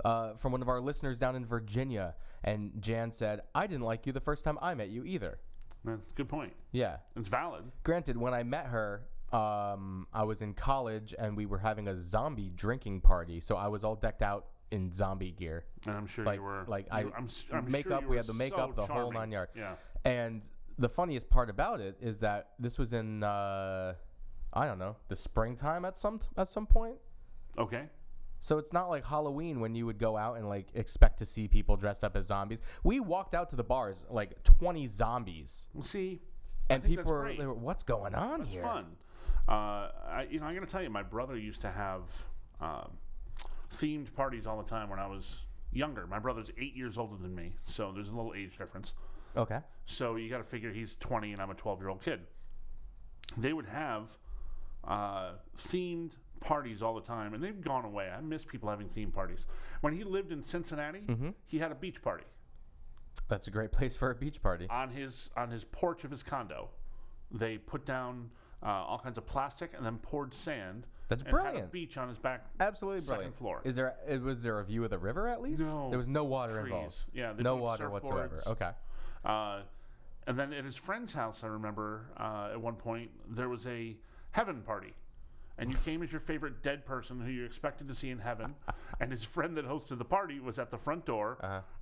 Speaker 2: uh, from one of our listeners down in Virginia, and Jan said, I didn't like you the first time I met you either.
Speaker 1: That's a good point.
Speaker 2: Yeah.
Speaker 1: It's valid.
Speaker 2: Granted, when I met her, um, I was in college and we were having a zombie drinking party. So I was all decked out in zombie gear.
Speaker 1: And I'm sure
Speaker 2: Like,
Speaker 1: you were
Speaker 2: like
Speaker 1: you-
Speaker 2: I,
Speaker 1: s- I'm sure
Speaker 2: makeup,
Speaker 1: you
Speaker 2: we
Speaker 1: were
Speaker 2: had the makeup,
Speaker 1: so
Speaker 2: the whole
Speaker 1: charming.
Speaker 2: nine yard.
Speaker 1: Yeah.
Speaker 2: And the funniest part about it is that this was in, uh, I don't know, the springtime at some at some point.
Speaker 1: Okay.
Speaker 2: So it's not like Halloween when you would go out and like expect to see people dressed up as zombies. We walked out to the bars like 20 zombies,
Speaker 1: Well, see,
Speaker 2: and
Speaker 1: think
Speaker 2: people
Speaker 1: that's
Speaker 2: were,
Speaker 1: great.
Speaker 2: they were, "What's going on
Speaker 1: It's
Speaker 2: here?"
Speaker 1: fun. Uh, I, you know, I'm gonna tell you, my brother used to have um, themed parties all the time when I was younger. My brother's eight years older than me, so there's a little age difference.
Speaker 2: Okay.
Speaker 1: So you got to figure he's 20 and I'm a 12 year old kid. They would have uh, themed parties all the time, and they've gone away. I miss people having themed parties. When he lived in Cincinnati, he had a beach party
Speaker 2: That's a great place for a beach party.
Speaker 1: on his on his porch of his condo. They put down uh, all kinds of plastic and then poured sand.
Speaker 2: That's
Speaker 1: and had a
Speaker 2: brilliant.
Speaker 1: beach on his back.
Speaker 2: Absolutely
Speaker 1: second
Speaker 2: brilliant.
Speaker 1: floor.
Speaker 2: Is there uh, was there a view of the river at least?
Speaker 1: No.
Speaker 2: There was no water
Speaker 1: Trees.
Speaker 2: involved.
Speaker 1: Yeah, they
Speaker 2: No
Speaker 1: put
Speaker 2: water whatsoever.
Speaker 1: surfboards.
Speaker 2: Okay.
Speaker 1: Uh, and then at his friend's house, I remember uh, at one point there was a heaven party, and you came as your favorite dead person who you expected to see
Speaker 2: [laughs]
Speaker 1: in heaven, and his friend that hosted the party was at the front door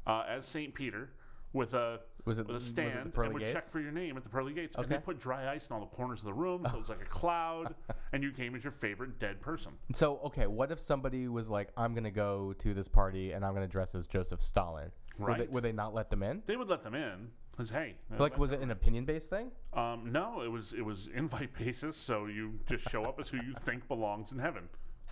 Speaker 1: uh as Saint Peter with a
Speaker 2: Uh-huh. Was it-
Speaker 1: with a
Speaker 2: was it the
Speaker 1: stand
Speaker 2: pearly
Speaker 1: and would check
Speaker 2: gates?
Speaker 1: for your name at the pearly gates, and they
Speaker 2: Okay.
Speaker 1: put dry ice in all the corners of the room, so it was like
Speaker 2: [laughs]
Speaker 1: a cloud, and you came as your favorite dead person.
Speaker 2: So okay, what if somebody was like, "I'm gonna go to this party and I'm gonna dress as Joseph Stalin"? Would they,
Speaker 1: Right.
Speaker 2: would they not let them in?
Speaker 1: They would let them in because hey,
Speaker 2: Like, was it an opinion based thing?
Speaker 1: Um, no, it was it was invite [laughs] basis, so you just show up as who you think belongs in heaven.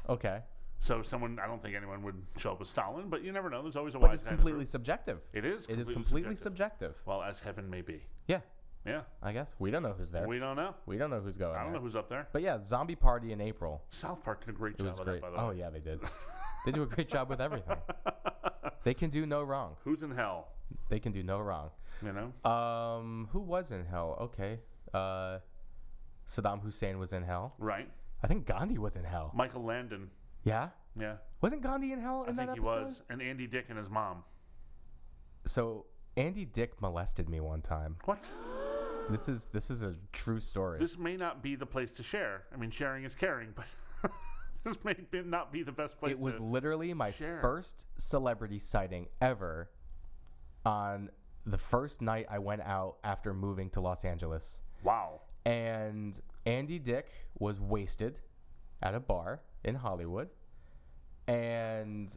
Speaker 2: Okay.
Speaker 1: So someone, I don't think anyone would show up as Stalin, but you never know. There's always a
Speaker 2: But
Speaker 1: wise
Speaker 2: it's
Speaker 1: guy in the
Speaker 2: completely
Speaker 1: group.
Speaker 2: subjective.
Speaker 1: It is.
Speaker 2: It
Speaker 1: completely
Speaker 2: is completely
Speaker 1: subjective.
Speaker 2: subjective.
Speaker 1: Well, as heaven may be.
Speaker 2: Yeah,
Speaker 1: Yeah,
Speaker 2: I guess we don't know who's there.
Speaker 1: we
Speaker 2: We,
Speaker 1: don't know.
Speaker 2: don't know who's going.
Speaker 1: I don't know
Speaker 2: there.
Speaker 1: who's up there.
Speaker 2: But yeah, zombie party in April.
Speaker 1: South Park did a great
Speaker 2: It
Speaker 1: job
Speaker 2: was
Speaker 1: of
Speaker 2: great.
Speaker 1: that, by the
Speaker 2: Oh
Speaker 1: way.
Speaker 2: yeah, they
Speaker 1: [laughs]
Speaker 2: did. they do a great job with everything. They can do no wrong.
Speaker 1: Who's in hell?
Speaker 2: They can do no wrong.
Speaker 1: You know.
Speaker 2: Um, who was in hell? Okay. Uh, Saddam Hussein was in hell.
Speaker 1: right.
Speaker 2: I think Gandhi was in hell.
Speaker 1: Michael Landon.
Speaker 2: Yeah.
Speaker 1: Yeah,
Speaker 2: Wasn't Gandhi in hell
Speaker 1: I
Speaker 2: in
Speaker 1: think
Speaker 2: that
Speaker 1: he
Speaker 2: episode?
Speaker 1: was. And Andy Dick and his mom.
Speaker 2: So Andy Dick molested me one time.
Speaker 1: What?
Speaker 2: This is this is a true story.
Speaker 1: This may not be the place to share. I mean, sharing is caring, but [laughs] this may be- not be the best place.
Speaker 2: it was
Speaker 1: to...
Speaker 2: literally my
Speaker 1: share.
Speaker 2: first celebrity sighting ever on the first night I went out after moving to Los Angeles.
Speaker 1: wow.
Speaker 2: And Andy Dick was wasted at a bar in Hollywood. And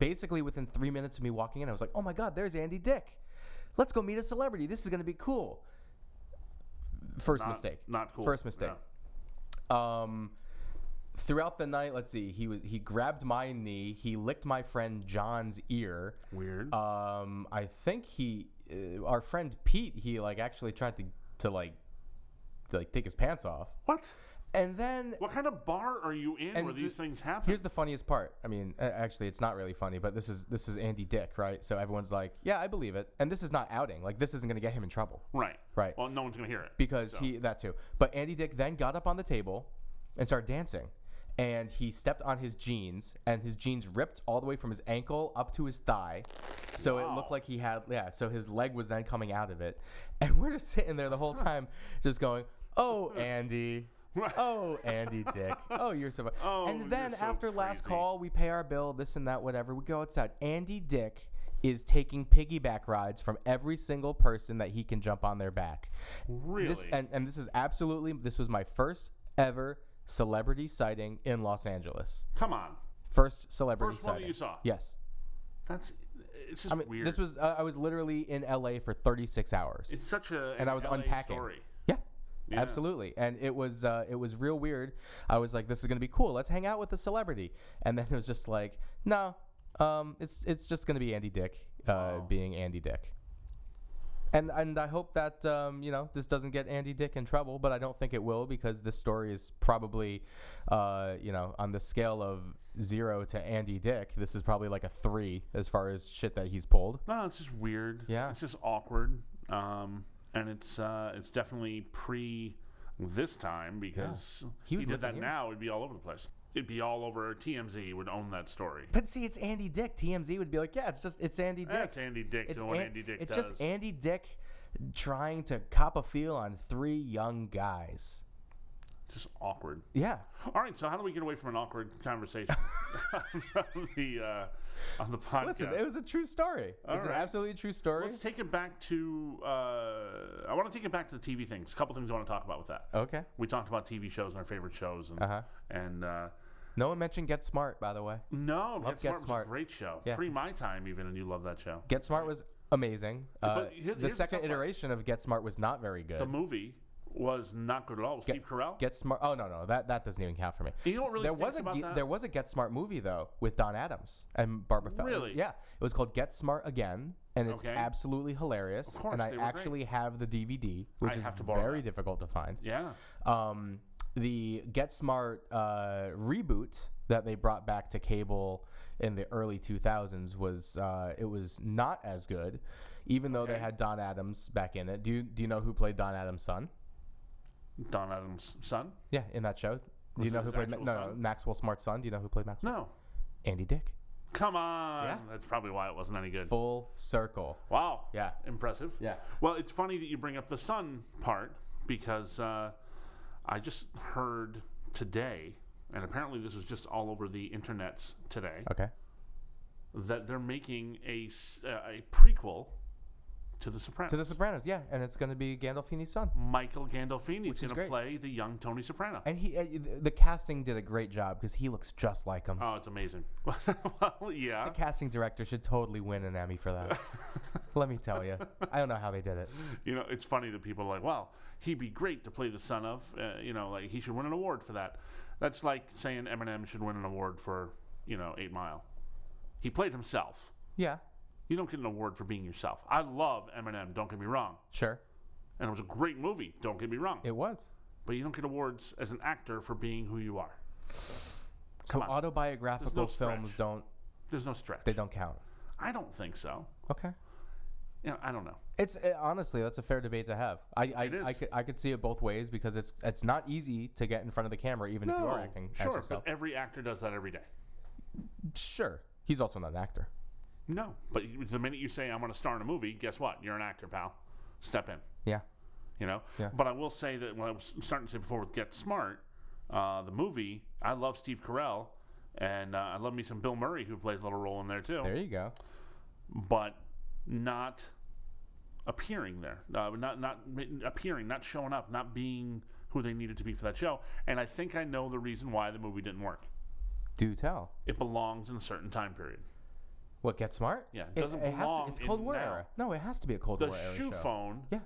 Speaker 2: basically, within three minutes of me walking in, I was like, oh my God, there's Andy Dick. Let's go meet a celebrity. This is going to be cool. First
Speaker 1: Not-
Speaker 2: mistake.
Speaker 1: Not cool.
Speaker 2: First mistake.
Speaker 1: No.
Speaker 2: Um, throughout the night, let's see. He was he grabbed my knee. He licked my friend John's ear.
Speaker 1: Weird.
Speaker 2: Um, I think he, uh, our friend Pete, he like actually tried to to like to, like take his pants off.
Speaker 1: what?
Speaker 2: And then
Speaker 1: What kind of bar are you in
Speaker 2: And
Speaker 1: where these
Speaker 2: the-
Speaker 1: things happen?
Speaker 2: Here's the funniest part. I mean, a- actually, it's not really funny, but this is this is Andy Dick, right? So everyone's like, "Yeah, I believe it," and this is not outing. Like, this isn't going to get him in trouble
Speaker 1: right.
Speaker 2: Right.
Speaker 1: Well, no one's gonna hear it.
Speaker 2: because he that too. But Andy Dick then got up on the table and started dancing, and he stepped on his jeans, and his jeans ripped all the way from his ankle up to his thigh, so it looked like he had yeah. So his leg was then coming out of it, [laughs] and we're just sitting there the whole time,
Speaker 1: [laughs]
Speaker 2: just going, "Oh, Andy." oh, Andy Dick. Oh, you're so. Fu-.
Speaker 1: [laughs] Oh,
Speaker 2: and then
Speaker 1: you're so
Speaker 2: after last
Speaker 1: crazy.
Speaker 2: call, we pay our bill, this and that, whatever. We go outside. Andy Dick is taking piggyback rides from every single person that he can jump on their back.
Speaker 1: really?
Speaker 2: This, and, and this is absolutely, this was my first ever celebrity sighting in Los Angeles.
Speaker 1: Come on.
Speaker 2: First celebrity
Speaker 1: First one
Speaker 2: sighting.
Speaker 1: that you saw?
Speaker 2: Yes.
Speaker 1: That's it's just
Speaker 2: I mean,
Speaker 1: weird.
Speaker 2: this was, uh, I was literally in LA for 36 hours.
Speaker 1: it's such a
Speaker 2: and I was
Speaker 1: LA
Speaker 2: unpacking.
Speaker 1: story.
Speaker 2: Yeah. Absolutely, and it was uh, it was real weird. I was like, "This is gonna be cool. Let's hang out with a celebrity." And then it was just like, "No, um, it's it's just gonna be Andy Dick uh, being Andy Dick." And and I hope that um, you know this doesn't get Andy Dick in trouble, but I don't think it will because this story is probably, uh, you know, on the scale of zero to Andy Dick, this is probably like a three as far as shit that he's pulled.
Speaker 1: No, it's just weird.
Speaker 2: Yeah.
Speaker 1: it's just awkward. Um, and it's uh, it's definitely pre this time because
Speaker 2: He was
Speaker 1: you
Speaker 2: looking
Speaker 1: did that
Speaker 2: here.
Speaker 1: now, it'd be all over the place. It'd be all over TMZ. Would own that story.
Speaker 2: But see, it's Andy Dick. TMZ would be like, "Yeah, it's just it's Andy Dick."
Speaker 1: That's Andy Dick
Speaker 2: It's
Speaker 1: doing what
Speaker 2: An-
Speaker 1: Andy Dick
Speaker 2: It's
Speaker 1: does.
Speaker 2: just Andy Dick trying to cop a feel on three young guys.
Speaker 1: just awkward.
Speaker 2: Yeah.
Speaker 1: All right, so how do we get away from an awkward
Speaker 2: [laughs]
Speaker 1: conversation on the uh, on the podcast?
Speaker 2: Listen, it was a true story. it's
Speaker 1: right.
Speaker 2: an absolutely true story.
Speaker 1: Let's take it back to. Uh, I want to take it back to the TV things. A couple things I want to talk about with that.
Speaker 2: okay.
Speaker 1: We talked about TV shows and our favorite shows, and
Speaker 2: Uh-huh.
Speaker 1: and uh,
Speaker 2: No one mentioned Get Smart, by the way.
Speaker 1: no,
Speaker 2: Love
Speaker 1: Get,
Speaker 2: Get
Speaker 1: Smart, was
Speaker 2: Smart.
Speaker 1: a great show.
Speaker 2: Yeah.
Speaker 1: Pre my time, even, and you love that show.
Speaker 2: Get Smart was amazing. Uh,
Speaker 1: but here-
Speaker 2: the
Speaker 1: here's the
Speaker 2: second
Speaker 1: tough part.
Speaker 2: iteration of Get Smart was not very good.
Speaker 1: the movie was not good at all. With Steve Carell.
Speaker 2: Get Smart. Oh no, no, that that doesn't even count for me.
Speaker 1: You know what really
Speaker 2: there was
Speaker 1: stinks
Speaker 2: a
Speaker 1: about
Speaker 2: ge-
Speaker 1: that?
Speaker 2: there was a Get Smart movie though with Don Adams and Barbara Feld.
Speaker 1: Really?
Speaker 2: Yeah, it was called Get Smart Again, and it's
Speaker 1: Okay.
Speaker 2: absolutely hilarious.
Speaker 1: Of course,
Speaker 2: and I
Speaker 1: they were great.
Speaker 2: actually have the DVD, which
Speaker 1: I
Speaker 2: is
Speaker 1: have to borrow
Speaker 2: very
Speaker 1: that.
Speaker 2: difficult to find.
Speaker 1: yeah,
Speaker 2: Um, the Get Smart uh, reboot that they brought back to cable in the early 2000s was uh, it was not as good, even though they had Don Adams back in it. Do you do you know who played Don Adams' son?
Speaker 1: Don Adams' son.
Speaker 2: Yeah, in that show. Do
Speaker 1: Was
Speaker 2: you
Speaker 1: it
Speaker 2: know who
Speaker 1: his
Speaker 2: played Ma-
Speaker 1: actual
Speaker 2: no, no
Speaker 1: son?
Speaker 2: Maxwell Smart's son? Do you know who played Maxwell?
Speaker 1: No,
Speaker 2: Andy Dick.
Speaker 1: come on.
Speaker 2: Yeah.
Speaker 1: That's probably why it wasn't any good.
Speaker 2: Full circle.
Speaker 1: Wow.
Speaker 2: Yeah.
Speaker 1: Impressive.
Speaker 2: Yeah.
Speaker 1: Well, it's funny that you bring up the sun part because uh, I just heard today, and apparently this was just all over the internets today,
Speaker 2: Okay.
Speaker 1: that they're making a, s- uh, a prequel to The Sopranos.
Speaker 2: To The Sopranos, yeah, and it's going to be Gandolfini's son.
Speaker 1: Michael Gandolfini is
Speaker 2: is
Speaker 1: going to
Speaker 2: great.
Speaker 1: play the young Tony Soprano.
Speaker 2: And he, uh, the, the casting did a great job because he looks just like him.
Speaker 1: Oh, it's amazing. [laughs] well, yeah.
Speaker 2: The casting director should totally win an Emmy for
Speaker 1: [laughs]
Speaker 2: that. Let me tell you, I don't know how they did it.
Speaker 1: You know, it's funny that people are like, "Well, he'd be great to play the son of." Uh, you know, like he should win an award for that. That's like saying Eminem should win an award for you know Eight Mile. He played himself.
Speaker 2: Yeah,
Speaker 1: You don't get an award for being yourself. I love Eminem. Don't get me wrong,
Speaker 2: sure,
Speaker 1: and it was a great movie. Don't get me wrong,
Speaker 2: it was.
Speaker 1: but you don't get awards as an actor for being who you are.
Speaker 2: So
Speaker 1: on.
Speaker 2: autobiographical
Speaker 1: There's no
Speaker 2: films
Speaker 1: stretch.
Speaker 2: don't
Speaker 1: There's no stretch.
Speaker 2: they don't count.
Speaker 1: I don't think so.
Speaker 2: Okay.
Speaker 1: You know, I don't know.
Speaker 2: It's uh, honestly that's a fair debate to have. I I,
Speaker 1: It is.
Speaker 2: I, could, I could see it both ways because it's it's not easy to get in front of the camera even if you are
Speaker 1: No,
Speaker 2: acting as
Speaker 1: sure,
Speaker 2: yourself.
Speaker 1: but every actor does that every day.
Speaker 2: sure, he's also not an actor.
Speaker 1: No, but you- the minute you say I'm going to star in a movie, guess what? You're an actor, pal. Step in.
Speaker 2: Yeah.
Speaker 1: you know.
Speaker 2: Yeah.
Speaker 1: But I will say that when I was starting to say before with Get Smart, uh, the movie, I love Steve Carell, and uh, I love me some Bill Murray who plays a little role in there too,
Speaker 2: There you go.
Speaker 1: but not appearing there, uh, not not ma- appearing, not showing up, not being who they needed to be for that show. And I think I know the reason why the movie didn't work.
Speaker 2: Do tell.
Speaker 1: It belongs in a certain time period.
Speaker 2: What gets smart?
Speaker 1: Yeah, it doesn't
Speaker 2: has to-
Speaker 1: belong
Speaker 2: it's
Speaker 1: in
Speaker 2: Cold War
Speaker 1: now.
Speaker 2: era. No, it has to be a Cold
Speaker 1: The
Speaker 2: War era
Speaker 1: shoe
Speaker 2: show.
Speaker 1: phone
Speaker 2: Yeah.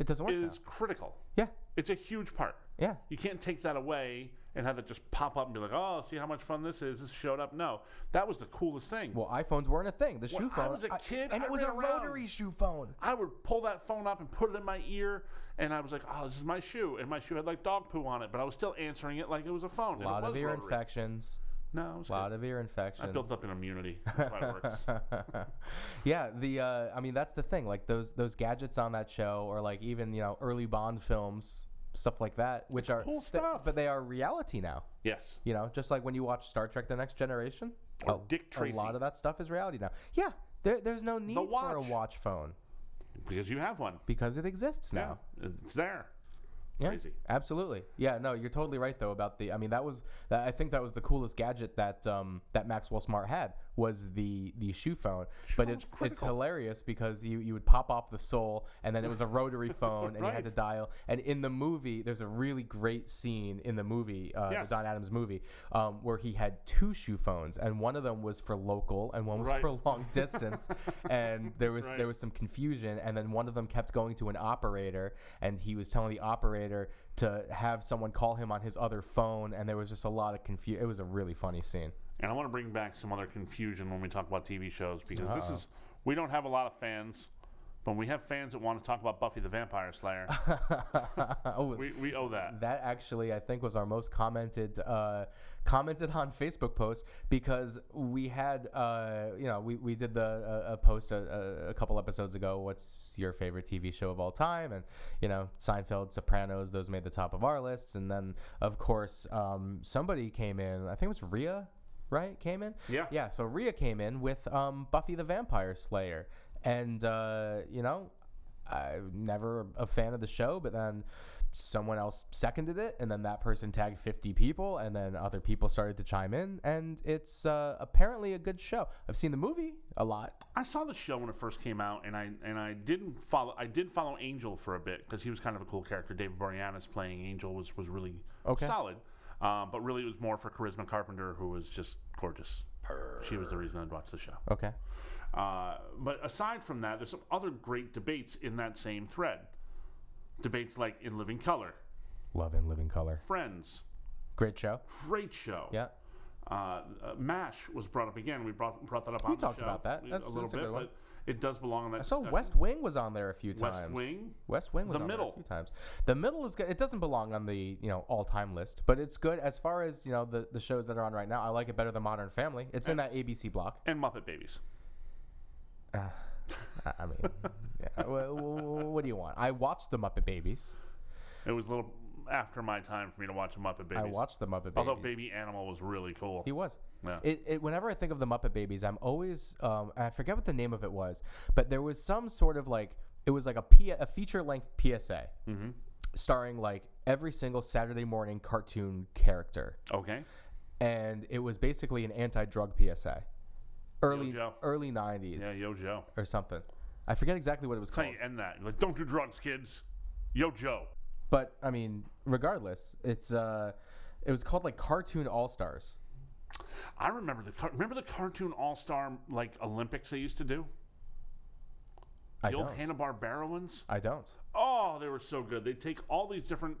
Speaker 2: It doesn't work. now.
Speaker 1: is critical.
Speaker 2: Yeah.
Speaker 1: It's a huge part.
Speaker 2: Yeah.
Speaker 1: You can't take that away and have it just pop up and be like, oh, see how much fun this is. This showed up. No, that was the coolest thing.
Speaker 2: Well, iPhones weren't a thing. The shoe
Speaker 1: When I
Speaker 2: phone.
Speaker 1: was a kid,
Speaker 2: and
Speaker 1: I
Speaker 2: it was a
Speaker 1: ran around.
Speaker 2: rotary shoe phone.
Speaker 1: I would pull that phone up and put it in my ear, and I was like, "Oh, this is my shoe," and my shoe had like dog poo on it, but I was still answering it like it was a phone. and
Speaker 2: A lot
Speaker 1: it
Speaker 2: of
Speaker 1: was
Speaker 2: ear
Speaker 1: rotary.
Speaker 2: infections.
Speaker 1: No, it was
Speaker 2: A lot
Speaker 1: good.
Speaker 2: of ear infections.
Speaker 1: I built up
Speaker 2: [laughs]
Speaker 1: an immunity. That's why it works.
Speaker 2: yeah, the uh, I mean that's the thing. Like those those gadgets on that show, or like even you know early Bond films, stuff like that, which are
Speaker 1: cool
Speaker 2: that-
Speaker 1: stuff.
Speaker 2: but they are reality now.
Speaker 1: yes,
Speaker 2: You know, just like when you watch Star Trek: The Next Generation,
Speaker 1: Or Dick Tracy.
Speaker 2: A lot of that stuff is reality now. Yeah, there, there's no need for a
Speaker 1: watch.
Speaker 2: watch phone
Speaker 1: because you have one.
Speaker 2: because it exists now.
Speaker 1: Yeah, it's there.
Speaker 2: Yeah,
Speaker 1: Crazy.
Speaker 2: Absolutely. Yeah. No, you're totally right though about the. I mean, that was. That, I think that was the coolest gadget that um, that Maxwell Smart had was the the shoe phone. but
Speaker 1: phone's
Speaker 2: it's it's
Speaker 1: critical.
Speaker 2: hilarious because you you would pop off the sole and then it was a
Speaker 1: [laughs]
Speaker 2: rotary phone and you had
Speaker 1: Right.
Speaker 2: to dial. And in the movie, there's a really great scene in the movie, uh,
Speaker 1: Yes.
Speaker 2: the Don Adams movie, um, where he had two shoe phones and one of them was for local and one was
Speaker 1: [laughs] Right.
Speaker 2: for long distance. and
Speaker 1: [laughs]
Speaker 2: there was
Speaker 1: Right.
Speaker 2: there was some confusion and then one of them kept going to an operator and he was telling the operator to have someone call him on his other phone and there was just a lot of confusion it was a really funny scene
Speaker 1: And I want to bring back some other confusion when we talk about TV shows because this is we don't have a lot of fans, but we have fans that want to talk about Buffy the Vampire Slayer.
Speaker 2: [laughs] oh
Speaker 1: we, we owe that.
Speaker 2: that actually i think was our most commented uh, commented on facebook post because we had uh, you know we, we did the uh, a post a, a, a couple episodes ago what's your favorite tv show of all time and you know seinfeld sopranos those made the top of our lists and then of course um, somebody came in i think it was Rhea right came in
Speaker 1: Yeah.
Speaker 2: yeah so Rhea came in with um, buffy the vampire slayer and uh, you know I never a fan of the show, but then someone else seconded it, and then that person tagged 50 people, and then other people started to chime in, and it's uh, apparently a good show. I've seen the movie a lot.
Speaker 1: I saw the show when it first came out, and I and I didn't follow. I did follow Angel for a bit because he was kind of a cool character. David Boreanaz playing Angel was was really
Speaker 2: Okay.
Speaker 1: solid, um, but really it was more for Charisma Carpenter, who was just gorgeous. She was the reason I'd watch the show.
Speaker 2: Okay.
Speaker 1: Uh, but aside from that, there's some other great debates in that same thread. Debates like in Living Color,
Speaker 2: Love and Living Color.
Speaker 1: Friends,
Speaker 2: Great show.
Speaker 1: great show.
Speaker 2: Yeah.
Speaker 1: Uh, uh, Mash was brought up again. We brought brought that up. on
Speaker 2: talked
Speaker 1: the show
Speaker 2: about that.
Speaker 1: a
Speaker 2: That's-
Speaker 1: little
Speaker 2: that's a
Speaker 1: bit,
Speaker 2: good one.
Speaker 1: but it does belong in that.
Speaker 2: So
Speaker 1: discussion.
Speaker 2: West Wing was on there a few times.
Speaker 1: West Wing?
Speaker 2: West Wing was
Speaker 1: The
Speaker 2: on
Speaker 1: Middle.
Speaker 2: there a few times. The middle is good. It doesn't belong on the you know all time list, but it's good as far as you know the, the shows that are on right now. I like it better than Modern Family. It's in that ABC block.
Speaker 1: and Muppet Babies.
Speaker 2: [laughs] I- I mean, yeah, wha- wha- wha- what do you want? I watched the Muppet Babies.
Speaker 1: It was a little after my time for me to watch Muppet Babies.
Speaker 2: I watched the Muppet Babies.
Speaker 1: Although Baby Animal was really cool.
Speaker 2: He was.
Speaker 1: Yeah.
Speaker 2: It, it, whenever I think of the Muppet Babies, I'm always um, I forget what the name of it was, but there was some sort of like it was like a P, a feature length PSA,
Speaker 1: Mm-hmm.
Speaker 2: starring like every single Saturday morning cartoon character,
Speaker 1: Okay.
Speaker 2: and it was basically an anti drug PSA, early
Speaker 1: Joe.
Speaker 2: early '90s
Speaker 1: Yeah, Yo Joe.
Speaker 2: or something. I forget exactly what it was
Speaker 1: That's
Speaker 2: called.
Speaker 1: how you end that. You're like, don't do drugs, kids. Yo Joe.
Speaker 2: But I mean, regardless, it's uh, it was called like Cartoon All Stars.
Speaker 1: I remember the car- remember the cartoon All Star like Olympics they used to do.
Speaker 2: I
Speaker 1: The old
Speaker 2: don't.
Speaker 1: Hanna Barbera ones.
Speaker 2: I don't.
Speaker 1: Oh, they were so good. They take all these different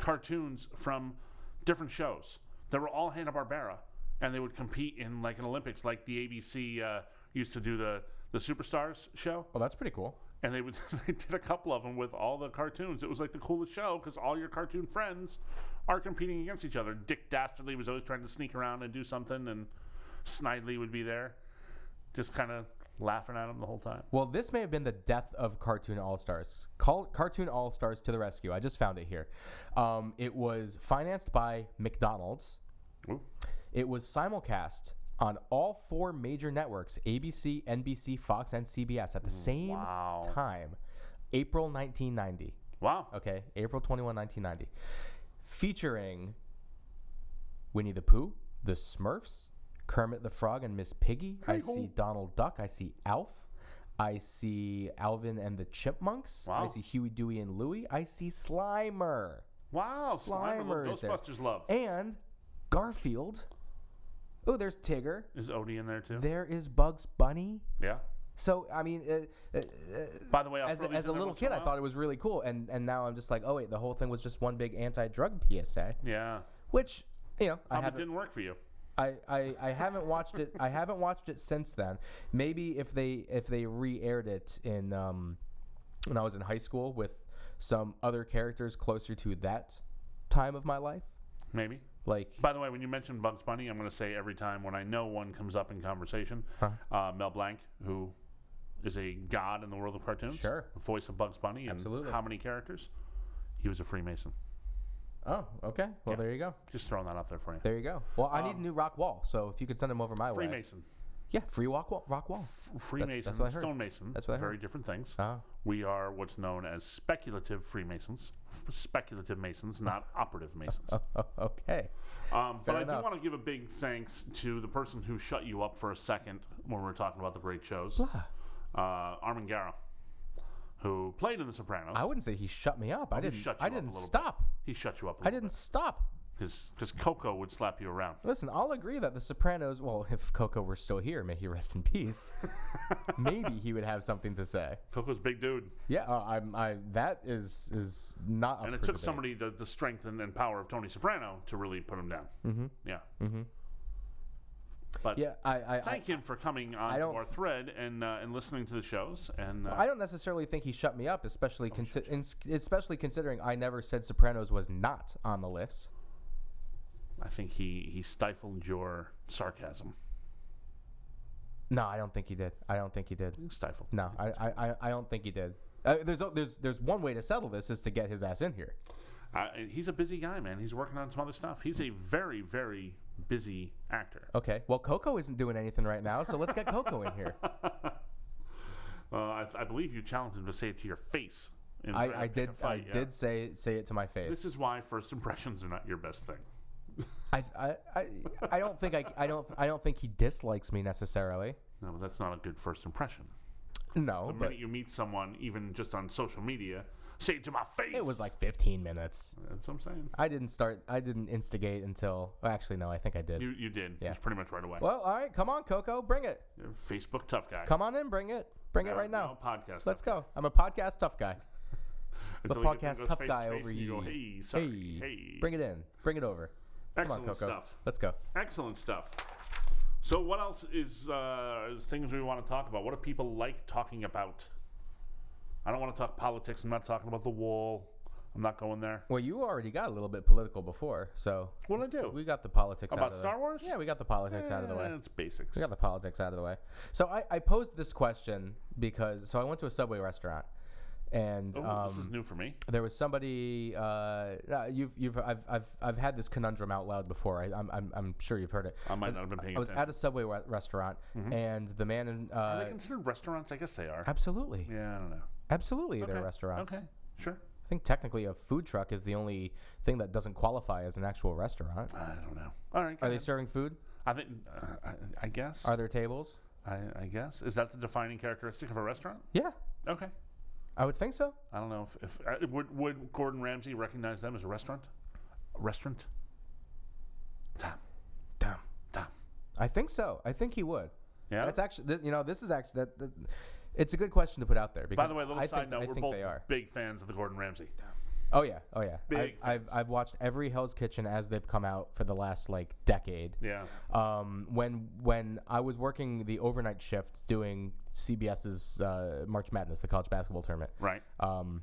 Speaker 1: cartoons from different shows that were all Hanna Barbera, and they would compete in like an Olympics, like the ABC uh, used to do the the Superstars show.
Speaker 2: Well, that's pretty cool.
Speaker 1: and they would [laughs] they did a couple of them with all the cartoons. It was like the coolest show because all your cartoon friends are competing against each other. Dick Dastardly was always trying to sneak around and do something, and Snidely would be there, just kind of laughing at him the whole time.
Speaker 2: Well, this may have been the death of Cartoon All Stars. Call Cartoon All Stars to the rescue. I just found it here. Um, it was financed by McDonald's.
Speaker 1: Ooh.
Speaker 2: It was simulcast on all four major networks ABC, NBC, Fox, and CBS at the same time, April 1990.
Speaker 1: Wow,
Speaker 2: Okay, April 21, 1990. Featuring Winnie the Pooh, the Smurfs, Kermit the Frog and Miss Piggy. I see Donald Duck. I see Alf. I see Alvin and the Chipmunks. I
Speaker 1: Wow.
Speaker 2: see Huey, Dewey, and Louie. I see Slimer.
Speaker 1: wow, Slimer,
Speaker 2: Slimer is there.
Speaker 1: Ghostbusters love
Speaker 2: And Garfield. Oh, there's Tigger.
Speaker 1: is Odie in there too.
Speaker 2: There is Bugs Bunny.
Speaker 1: yeah.
Speaker 2: So, I mean, uh,
Speaker 1: By the way, I'll
Speaker 2: as,
Speaker 1: throw these
Speaker 2: as
Speaker 1: in
Speaker 2: a
Speaker 1: there
Speaker 2: little
Speaker 1: once in
Speaker 2: kid, I
Speaker 1: while.
Speaker 2: thought it was really cool, and and now I'm just like, oh wait, the whole thing was just one big anti-drug PSA,
Speaker 1: yeah,
Speaker 2: which you know, I
Speaker 1: Um, it
Speaker 2: haven't,
Speaker 1: didn't work for you.
Speaker 2: I, I, I haven't watched it. I haven't watched it since then. Maybe if they if they re-aired it in um, when I was in high school with some other characters closer to that time of my life,
Speaker 1: Maybe.
Speaker 2: like
Speaker 1: By the way, when you mentioned Bugs Bunny, I'm going to say every time when I know one comes up in conversation, uh, Mel Blanc, who is a god in the world of cartoons,
Speaker 2: Sure.
Speaker 1: the voice of Bugs Bunny, and
Speaker 2: Absolutely.
Speaker 1: how many characters? He was a Freemason.
Speaker 2: oh okay, well there you go,
Speaker 1: Just throwing that out there for you.
Speaker 2: there you go. Well, I
Speaker 1: Um,
Speaker 2: need a new rock wall, so if you could send them over my way,
Speaker 1: Freemason,
Speaker 2: yeah, free walk wall, rock wall.
Speaker 1: Freemason,
Speaker 2: that's what I
Speaker 1: and
Speaker 2: heard.
Speaker 1: stonemason.
Speaker 2: That's what I
Speaker 1: very
Speaker 2: heard.
Speaker 1: different things.
Speaker 2: Uh-huh.
Speaker 1: We are what's known as speculative Freemasons, f- speculative Masons, not operative Masons.
Speaker 2: Uh, [laughs] okay,
Speaker 1: Um, but
Speaker 2: Fair
Speaker 1: I
Speaker 2: enough.
Speaker 1: do want to give a big thanks to the person who shut you up for a second when we were talking about the great shows, uh, Armin Garrow, who played in The Sopranos.
Speaker 2: I wouldn't say he shut me up. I didn't.
Speaker 1: shut
Speaker 2: I
Speaker 1: you up a
Speaker 2: didn't
Speaker 1: little bit.
Speaker 2: stop.
Speaker 1: he shut you up. I
Speaker 2: I didn't stop.
Speaker 1: because Coco would slap you around.
Speaker 2: Listen, I'll agree that The Sopranos. Well, if Coco were still here, may he rest in
Speaker 1: [laughs]
Speaker 2: peace. maybe he would have something to say.
Speaker 1: Coco's a big dude,
Speaker 2: Yeah, uh, I'm. I that is is not. Up
Speaker 1: and it
Speaker 2: for
Speaker 1: took
Speaker 2: debate.
Speaker 1: somebody the, the strength and, and power of Tony Soprano to really put him down. Mm-hmm. Yeah. Mm-hmm. But
Speaker 2: Yeah, I I, I
Speaker 1: thank him for coming on
Speaker 2: don't
Speaker 1: our
Speaker 2: f-
Speaker 1: thread and uh, and listening to the shows. And uh,
Speaker 2: I don't necessarily think he shut me up, especially
Speaker 1: Oh,
Speaker 2: consi- in, especially considering I never said Sopranos was not on the list.
Speaker 1: I think he he stifled your sarcasm.
Speaker 2: No, I don't think he did. I don't think he did.
Speaker 1: Stifled.
Speaker 2: No, I I, I, I don't think he did. Uh, there's o- there's there's one way to settle this is to get his ass in here.
Speaker 1: Uh, and he's a busy guy, man. He's working on some other stuff. He's a very, very busy actor.
Speaker 2: Okay. Well, Coco isn't doing anything right now, so let's get Coco in
Speaker 1: [laughs]
Speaker 2: here.
Speaker 1: Uh, I, I believe you challenged him to say it to your face. in- in a
Speaker 2: I, I
Speaker 1: pick
Speaker 2: did
Speaker 1: and
Speaker 2: I
Speaker 1: fight, yeah.
Speaker 2: did say say it to my face.
Speaker 1: This is why first impressions are not your best thing.
Speaker 2: I, I, I, I don't think I, I don't I don't think he dislikes me necessarily.
Speaker 1: No, but that's not a good first impression.
Speaker 2: No,
Speaker 1: The
Speaker 2: but
Speaker 1: minute you meet someone, even just on social media, say it to my face.
Speaker 2: it was like 15 minutes.
Speaker 1: that's what I'm saying.
Speaker 2: I didn't start. I didn't instigate until. well, actually, no. I think I did.
Speaker 1: You you did. It's pretty much right away.
Speaker 2: Well, all right. Come on, Coco. Bring it.
Speaker 1: You're a Facebook tough guy.
Speaker 2: Come on in. Bring it. Bring it
Speaker 1: No,
Speaker 2: right now.
Speaker 1: no podcast.
Speaker 2: Let's
Speaker 1: tough guy.
Speaker 2: go. I'm a podcast tough guy. The
Speaker 1: Until he gets
Speaker 2: podcast
Speaker 1: into
Speaker 2: tough
Speaker 1: face to
Speaker 2: guy
Speaker 1: face
Speaker 2: over
Speaker 1: and you.
Speaker 2: you.
Speaker 1: Go, hey, sorry. Hey.
Speaker 2: Bring it in. Bring it over.
Speaker 1: Excellent
Speaker 2: come on, Coco.
Speaker 1: stuff.
Speaker 2: Let's go.
Speaker 1: Excellent stuff. So, what else is, uh, is things we want to talk about? What do people like talking about? I don't want to talk politics. I'm not talking about the wall. I'm not going there.
Speaker 2: Well, you already got a little bit political before, so
Speaker 1: What did I do?
Speaker 2: we got the politics out
Speaker 1: About
Speaker 2: of
Speaker 1: Star
Speaker 2: the,
Speaker 1: Wars?
Speaker 2: Yeah, we got the politics out of the way.
Speaker 1: Eh, It's basics.
Speaker 2: We got the politics out of the way. So I, I posed this question because so I went to a Subway restaurant and
Speaker 1: Ooh,
Speaker 2: um,
Speaker 1: Oh, this is new for me.
Speaker 2: there was somebody uh, uh, you've you've I've, I've I've had this conundrum out loud before. I, I'm, I'm I'm sure you've heard it.
Speaker 1: I might
Speaker 2: was,
Speaker 1: not have been paying
Speaker 2: I was
Speaker 1: attention. Mm-hmm.
Speaker 2: at a Subway re- restaurant and the man in
Speaker 1: Are
Speaker 2: uh,
Speaker 1: they considered restaurants? I guess they are.
Speaker 2: absolutely
Speaker 1: Yeah, I don't know.
Speaker 2: absolutely
Speaker 1: Okay.
Speaker 2: they're restaurants.
Speaker 1: Okay, sure.
Speaker 2: I think technically a food truck is the only thing that doesn't qualify as an actual restaurant.
Speaker 1: I don't know. All right. go
Speaker 2: Uh, Are they
Speaker 1: ahead.
Speaker 2: serving food?
Speaker 1: I think. Uh, I, I guess.
Speaker 2: Are there tables?
Speaker 1: I, I guess. Is that the defining characteristic of a restaurant?
Speaker 2: Yeah,
Speaker 1: Okay.
Speaker 2: I would think so.
Speaker 1: I don't know if, if uh, would would Gordon Ramsay recognize them as a restaurant? A restaurant. Tom.
Speaker 2: Damn.
Speaker 1: Tom.
Speaker 2: I think so. I think he would.
Speaker 1: Yeah.
Speaker 2: That's actually, th- you know, this is actually that. that it's a good question to put out there. Because
Speaker 1: By the way, little
Speaker 2: I
Speaker 1: side
Speaker 2: think,
Speaker 1: note:
Speaker 2: I
Speaker 1: we're
Speaker 2: think
Speaker 1: both
Speaker 2: they are.
Speaker 1: big fans of the Gordon Ramsay.
Speaker 2: Oh yeah, oh yeah. I,
Speaker 1: big
Speaker 2: I've I've watched every Hell's Kitchen as they've come out for the last like decade.
Speaker 1: Yeah.
Speaker 2: Um, when when I was working the overnight shift doing CBS's uh, March Madness, the college basketball tournament.
Speaker 1: Right.
Speaker 2: um,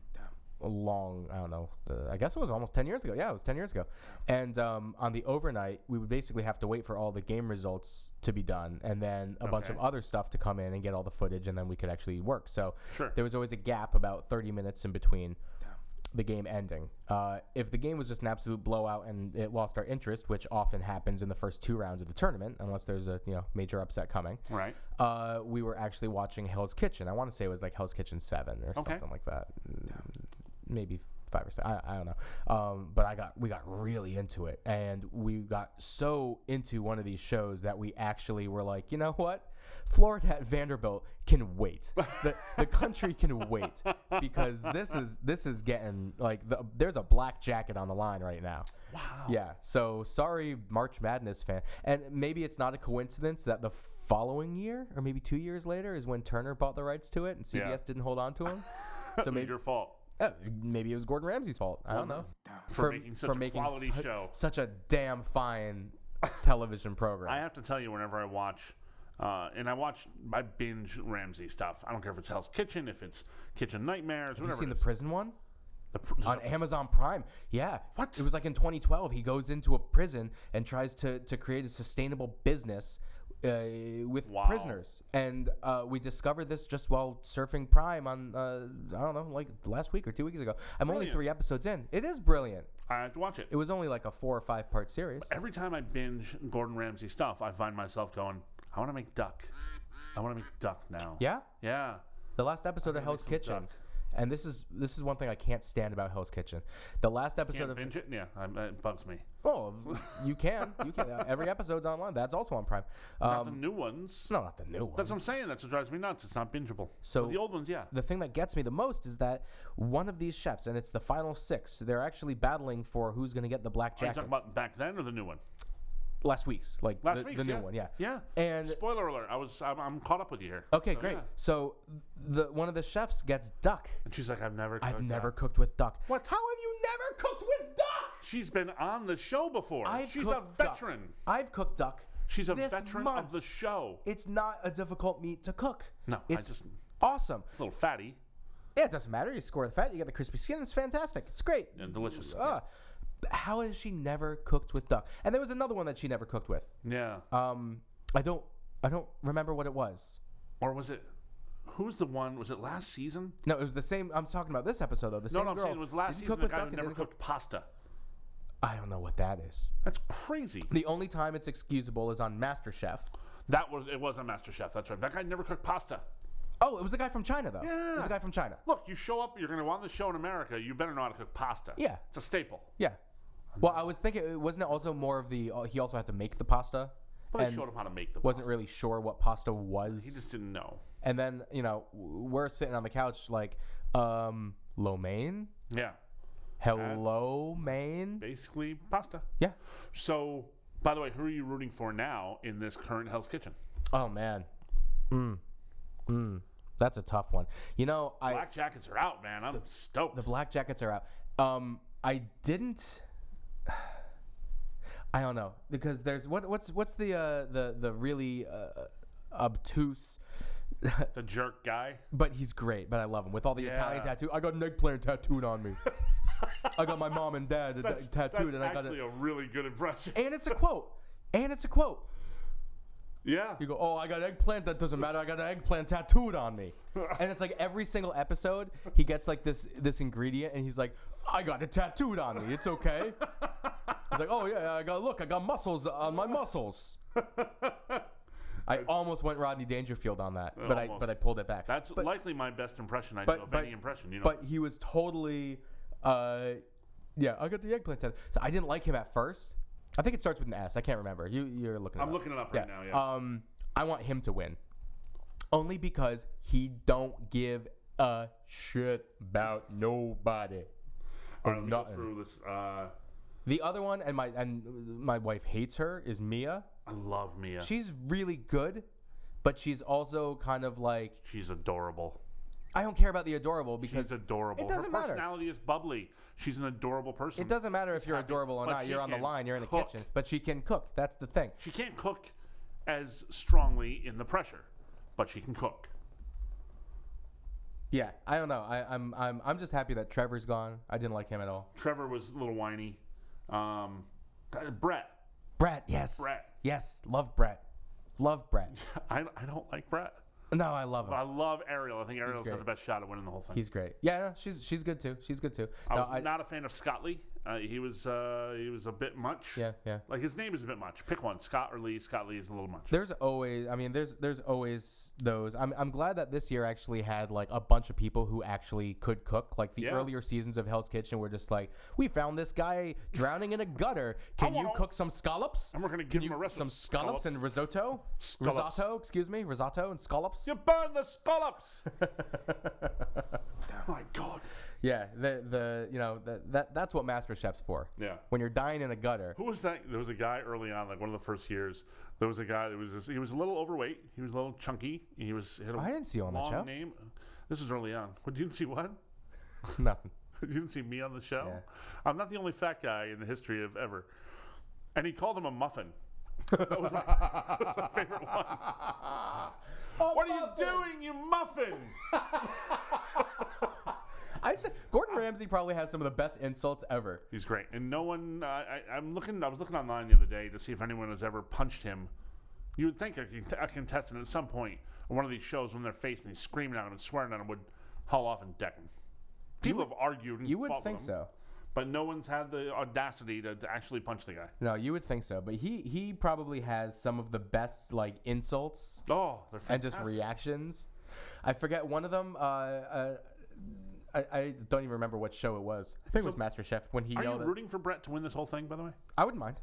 Speaker 2: a long, I don't know, uh, I guess it was almost 10 years ago. Yeah, it was 10 years ago. And um, on the overnight, we would basically have to wait for all the game results to be done and then a bunch of
Speaker 1: Okay.
Speaker 2: other stuff to come in and get all the footage, and then we could actually work. So
Speaker 1: Sure.
Speaker 2: there was always a gap about 30 minutes in between. The game ending. Uh, if the game was just an absolute blowout and it lost our interest, which often happens in the first two rounds of the tournament, unless there's a you know major upset coming,
Speaker 1: Right.
Speaker 2: uh, we were actually watching Hell's Kitchen. I want to say it was like Hell's Kitchen Seven or
Speaker 1: Okay.
Speaker 2: something like that. Mm. Maybe five or six. I, I don't know. Um, but I got we got really into it, and we got so into one of these shows that we actually were like, you know what? Florida at Vanderbilt can wait. The, the country can wait because this is this is getting like the, there's a black jacket on the line right now. Wow. Yeah. So sorry, March Madness fan, and maybe it's not a coincidence that the following year or maybe two years later is when Turner bought the rights to it and CBS
Speaker 1: Yeah.
Speaker 2: didn't hold on to him. So
Speaker 1: It's
Speaker 2: maybe
Speaker 1: your fault.
Speaker 2: Uh, maybe it was Gordon Ramsay's fault. I don't know.
Speaker 1: For making such a quality
Speaker 2: su-
Speaker 1: show.
Speaker 2: such a damn fine [laughs] television program.
Speaker 1: I have to tell you, whenever I watch, uh, and I watch, I binge Ramsey stuff. I don't care if it's Hell's Kitchen, if it's Kitchen Nightmares, whatever.
Speaker 2: you seen
Speaker 1: it
Speaker 2: the
Speaker 1: is.
Speaker 2: prison one?
Speaker 1: The pr-
Speaker 2: on Amazon Prime. Yeah.
Speaker 1: What?
Speaker 2: It was like in 2012. He goes into a prison and tries to, to create a sustainable business uh, with
Speaker 1: Wow.
Speaker 2: prisoners. And uh, we discovered this just while surfing Prime on, uh, I don't know, like last week or two weeks ago. I'm only
Speaker 1: Brilliant.
Speaker 2: three episodes in. It is brilliant.
Speaker 1: I have to watch it.
Speaker 2: It was only like a four or five part series.
Speaker 1: Every time I binge Gordon Ramsay stuff, I find myself going, I want to make duck. I want to make duck now.
Speaker 2: Yeah?
Speaker 1: Yeah.
Speaker 2: The last episode of Hell's
Speaker 1: some
Speaker 2: Kitchen.
Speaker 1: duck.
Speaker 2: And this is this is one thing I can't stand about Hell's Kitchen. The last episode
Speaker 1: Can't
Speaker 2: of
Speaker 1: binge it? Yeah, I, uh, it bugs me.
Speaker 2: oh, you can you
Speaker 1: [laughs]
Speaker 2: can every episode's online. That's also on Prime. Um,
Speaker 1: Not the new ones.
Speaker 2: no, not the new one.
Speaker 1: That's what I'm saying. That's what drives me nuts. It's not bingeable.
Speaker 2: So-
Speaker 1: But the old ones, yeah.
Speaker 2: the thing that gets me the most is that one of these chefs, and it's the final six, they're actually battling for who's going to get the black
Speaker 1: Are you
Speaker 2: jackets.
Speaker 1: talking about back then or the new one?
Speaker 2: last week's, like
Speaker 1: Last
Speaker 2: the,
Speaker 1: week's,
Speaker 2: the new
Speaker 1: yeah.
Speaker 2: one, yeah,
Speaker 1: Yeah.
Speaker 2: And
Speaker 1: spoiler alert, I was I'm, I'm caught up with you here.
Speaker 2: okay,
Speaker 1: So,
Speaker 2: great.
Speaker 1: yeah.
Speaker 2: So the one of the chefs gets duck.
Speaker 1: And she's like, I've never.
Speaker 2: I've
Speaker 1: cooked
Speaker 2: never
Speaker 1: that."
Speaker 2: cooked with duck.
Speaker 1: What?
Speaker 2: How have you never cooked with duck?
Speaker 1: She's been on the show before.
Speaker 2: I've
Speaker 1: she's a
Speaker 2: cooked duck.
Speaker 1: veteran.
Speaker 2: I've cooked duck.
Speaker 1: She's a
Speaker 2: this
Speaker 1: veteran
Speaker 2: month.
Speaker 1: of the show.
Speaker 2: It's not a difficult meat to cook.
Speaker 1: No,
Speaker 2: it's
Speaker 1: I just
Speaker 2: awesome.
Speaker 1: it's a little fatty
Speaker 2: Yeah, it doesn't matter. You score the fat, you get the crispy skin. It's fantastic. It's great.
Speaker 1: and delicious.
Speaker 2: Uh, how has she never cooked with duck? And there was another one that she never cooked with.
Speaker 1: yeah.
Speaker 2: Um, I don't, I don't remember what it was.
Speaker 1: or was it? Who's the one? Was it last season?
Speaker 2: No, it was the same. I'm talking about this episode though. The
Speaker 1: No,
Speaker 2: same
Speaker 1: no, I'm
Speaker 2: girl
Speaker 1: saying it was last
Speaker 2: didn't
Speaker 1: season. The guy
Speaker 2: and
Speaker 1: who never
Speaker 2: didn't cook-
Speaker 1: cooked pasta.
Speaker 2: I don't know what that is.
Speaker 1: That's crazy.
Speaker 2: The only time it's excusable is on MasterChef.
Speaker 1: That was it. Was on MasterChef. That's right. That guy never cooked pasta.
Speaker 2: Oh, it was a guy from China though. It was
Speaker 1: Yeah.
Speaker 2: a guy from China.
Speaker 1: Look, you show up. You're going to want the show in America. You better know how to cook pasta.
Speaker 2: Yeah.
Speaker 1: it's a staple.
Speaker 2: Yeah. Well, I was thinking, uh, wasn't it also more of the? Uh, he also had to make the pasta.
Speaker 1: But they
Speaker 2: and
Speaker 1: showed him how to make the.
Speaker 2: Wasn't
Speaker 1: pasta.
Speaker 2: really sure what pasta was.
Speaker 1: He just didn't know.
Speaker 2: and then you know w- we're sitting on the couch like, um, lo mein.
Speaker 1: Yeah,
Speaker 2: Hello, Maine.
Speaker 1: basically pasta.
Speaker 2: Yeah.
Speaker 1: So, by the way, who are you rooting for now in this current Hell's Kitchen?
Speaker 2: Oh man. Mm. Mm. That's a tough one. You know, I
Speaker 1: Black Jackets are out, man. I'm stoked.
Speaker 2: the black jackets are out. Um, I didn't. [sighs] I don't know because there's what what's what's the uh, the the really uh, obtuse,
Speaker 1: the jerk guy.
Speaker 2: but he's great. But I love him with all the Italian
Speaker 1: Yeah.
Speaker 2: tattoo. I got an eggplant tattooed on
Speaker 1: [laughs]
Speaker 2: me. I got my mom and dad
Speaker 1: That's,
Speaker 2: tattooed,
Speaker 1: that's
Speaker 2: and I got it.
Speaker 1: actually a really good impression.
Speaker 2: and it's a quote. And it's a quote.
Speaker 1: yeah.
Speaker 2: You go, oh, I got eggplant. That doesn't matter. I got an eggplant tattooed on
Speaker 1: [laughs]
Speaker 2: me. And it's like every single episode, he gets like this this ingredient, and he's like, I got it tattooed on me. It's okay. He's like, oh yeah, I got look, I got muscles on my
Speaker 1: [laughs]
Speaker 2: muscles. I almost went Rodney Dangerfield on that, but I
Speaker 1: Almost.
Speaker 2: but I pulled it back.
Speaker 1: That's
Speaker 2: but,
Speaker 1: likely my best impression I do of any impression. You know,
Speaker 2: But he was totally, uh, yeah, I got the eggplant tattoo. So I didn't like him at first. I think it starts with an S. I can't remember. You you're looking. It
Speaker 1: I'm
Speaker 2: up.
Speaker 1: looking it up right now. Yeah.
Speaker 2: Um, I want him to win, only because he don't give a shit about nobody.
Speaker 1: All right, let me go
Speaker 2: nothing.
Speaker 1: through this. Uh,
Speaker 2: The other one, and my and my wife hates her, is Mia.
Speaker 1: I love Mia.
Speaker 2: She's really good, but she's also kind of like
Speaker 1: She's adorable.
Speaker 2: I don't care about the adorable
Speaker 1: She's
Speaker 2: because
Speaker 1: adorable.
Speaker 2: It doesn't
Speaker 1: Her
Speaker 2: matter.
Speaker 1: personality is bubbly. She's an adorable person.
Speaker 2: It doesn't matter if you're
Speaker 1: happy,
Speaker 2: adorable or
Speaker 1: but
Speaker 2: not.
Speaker 1: she
Speaker 2: You're on the
Speaker 1: can
Speaker 2: line. You're in the
Speaker 1: cook.
Speaker 2: kitchen, but she can cook. That's the thing.
Speaker 1: She can't cook as strongly in the pressure, but she can cook.
Speaker 2: Yeah, I don't know. I, I'm I'm I'm just happy that Trevor's gone. I didn't like him at all.
Speaker 1: Trevor was a little whiny. Um, uh, Brett.
Speaker 2: Brett, yes,
Speaker 1: Brett.
Speaker 2: yes, love Brett, love Brett. [laughs]
Speaker 1: I, I don't like Brett.
Speaker 2: No, I love him.
Speaker 1: But I love Ariel. I think Ariel's
Speaker 2: great.
Speaker 1: got the best shot at winning the whole thing.
Speaker 2: He's great. Yeah, no, she's she's good too. She's good too.
Speaker 1: I
Speaker 2: No,
Speaker 1: was
Speaker 2: I-
Speaker 1: not a fan of Scott Lee. Uh, he was uh, he was a bit much.
Speaker 2: Yeah, yeah.
Speaker 1: Like his name is a bit much. Pick one, Scott or Lee. Scott Lee is a little much.
Speaker 2: there's always, I mean, there's there's always those. I'm I'm glad that this year actually had like a bunch of people who actually could cook. Like the
Speaker 1: Yeah.
Speaker 2: earlier seasons of Hell's Kitchen were just like, we found this guy drowning in a
Speaker 1: [laughs]
Speaker 2: gutter. Can you
Speaker 1: want-
Speaker 2: cook some scallops?
Speaker 1: And we're gonna give
Speaker 2: Can
Speaker 1: him
Speaker 2: you-
Speaker 1: a recipe.
Speaker 2: Some scallops, and risotto.
Speaker 1: Scallops.
Speaker 2: Risotto, excuse me, risotto and scallops.
Speaker 1: You burn
Speaker 2: [laughs]
Speaker 1: the scallops. My God.
Speaker 2: Yeah, the the you know the, that that's what Master Chef's for.
Speaker 1: Yeah.
Speaker 2: When you're dying in a gutter. [laughs]
Speaker 1: Who was that? There was a guy early on, like one of the first years. There was a guy that was this, he was a little overweight. He was a little chunky. He was. He had a
Speaker 2: I didn't see you on that
Speaker 1: long
Speaker 2: show.
Speaker 1: Name. This was early on. What [laughs] you didn't see? What?
Speaker 2: Nothing.
Speaker 1: You didn't see me on the show? I'm not the only fat guy in the history of ever. And he called him a muffin. That was my, [laughs] that was my
Speaker 2: [laughs]
Speaker 1: favorite one. what are you doing, you muffin?
Speaker 2: I said Gordon Ramsay probably has some of the best insults ever.
Speaker 1: He's great. And no one, uh, I, I'm looking, I was looking online the other day to see if anyone has ever punched him. You would think a, cont- a contestant at some point on one of these shows when they're facing, he's screaming at him and swearing at him, would haul off and deck him. People have argued and
Speaker 2: You would
Speaker 1: fought with
Speaker 2: think
Speaker 1: him,
Speaker 2: so.
Speaker 1: But no one's had the audacity to, to actually punch the guy.
Speaker 2: No, you would think so, but he he probably has some of the best like insults
Speaker 1: Oh, they're
Speaker 2: and just
Speaker 1: fantastic.
Speaker 2: reactions. I forget one of them. Uh, uh, I, I don't even remember what show it was. I think it was MasterChef when he
Speaker 1: Are you
Speaker 2: yelled. At,
Speaker 1: rooting for Brett to win this whole thing, by the way?
Speaker 2: I wouldn't mind.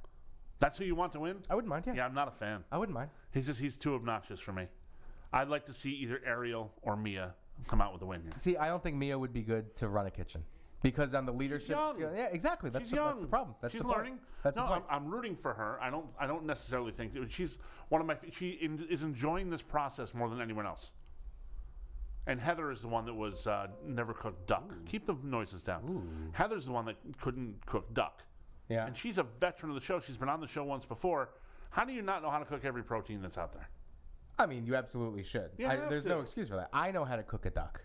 Speaker 1: That's who you want to win?
Speaker 2: I wouldn't mind. Oh, Yeah,
Speaker 1: Yeah, I'm not a fan.
Speaker 2: I wouldn't mind.
Speaker 1: He's just he's too obnoxious for me. I'd like to see either Ariel or Mia come out with a win here.
Speaker 2: See, I don't think Mia would be good to run a kitchen because on the leadership.
Speaker 1: young.
Speaker 2: skill- yeah, exactly. That's,
Speaker 1: She's
Speaker 2: the,
Speaker 1: young.
Speaker 2: that's the problem. That's
Speaker 1: she's
Speaker 2: the point.
Speaker 1: learning.
Speaker 2: That's
Speaker 1: no,
Speaker 2: the point.
Speaker 1: I'm, I'm rooting for her. I don't. I don't necessarily think she's one of my. f- She in, is enjoying this process more than anyone else. And Heather is the one that was uh, never cooked duck. Keep the noises down. Heather's the one that couldn't cook duck,
Speaker 2: yeah.
Speaker 1: and she's a veteran of the show. She's been on the show once before. How do you not know how to cook every protein that's out there?
Speaker 2: I mean, you absolutely should.
Speaker 1: You
Speaker 2: I,
Speaker 1: have
Speaker 2: there's
Speaker 1: to.
Speaker 2: no excuse for that. I know how to cook a duck.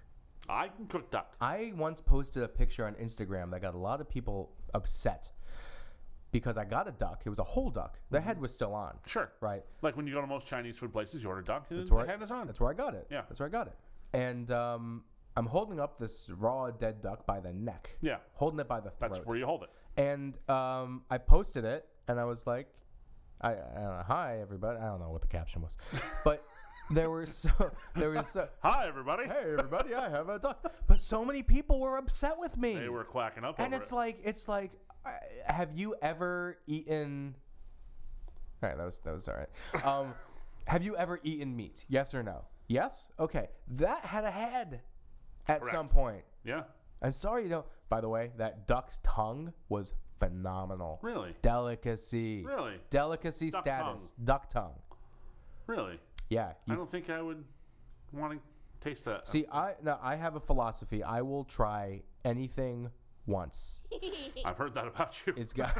Speaker 1: I can cook duck.
Speaker 2: I once posted a picture on Instagram that got a lot of people upset because I got a duck. It was a whole duck. The head was still on.
Speaker 1: Mm-hmm. Sure.
Speaker 2: Right.
Speaker 1: Like when you go to most Chinese food places, you order duck. and
Speaker 2: That's
Speaker 1: the
Speaker 2: where I,
Speaker 1: head is on.
Speaker 2: That's where I got it.
Speaker 1: Yeah.
Speaker 2: That's where I got it. And um, I'm holding up this raw dead duck by the neck.
Speaker 1: Yeah.
Speaker 2: Holding it by the throat.
Speaker 1: That's where you hold it.
Speaker 2: and um, I posted it, and I was like, I, I don't know, hi everybody. I don't know what the caption
Speaker 1: [laughs]
Speaker 2: was, but there were so there was so.
Speaker 1: Hi, everybody.
Speaker 2: Hey everybody, I have a duck. But so many people were upset with me.
Speaker 1: They were quacking up.
Speaker 2: and
Speaker 1: over
Speaker 2: it's
Speaker 1: it.
Speaker 2: like it's like I- have you ever eaten all right that was that was all right
Speaker 1: [laughs]
Speaker 2: um have you ever eaten meat yes or no yes okay that had a head at some point
Speaker 1: yeah,
Speaker 2: i'm sorry you know by the way that duck's tongue was phenomenal
Speaker 1: Really?
Speaker 2: delicacy
Speaker 1: Really?
Speaker 2: delicacy
Speaker 1: Duck
Speaker 2: status duck tongue
Speaker 1: really.
Speaker 2: yeah
Speaker 1: I
Speaker 2: you
Speaker 1: don't think I would want to taste that.
Speaker 2: see i no i have a philosophy i will try anything once
Speaker 1: I've heard that about you.
Speaker 2: it's got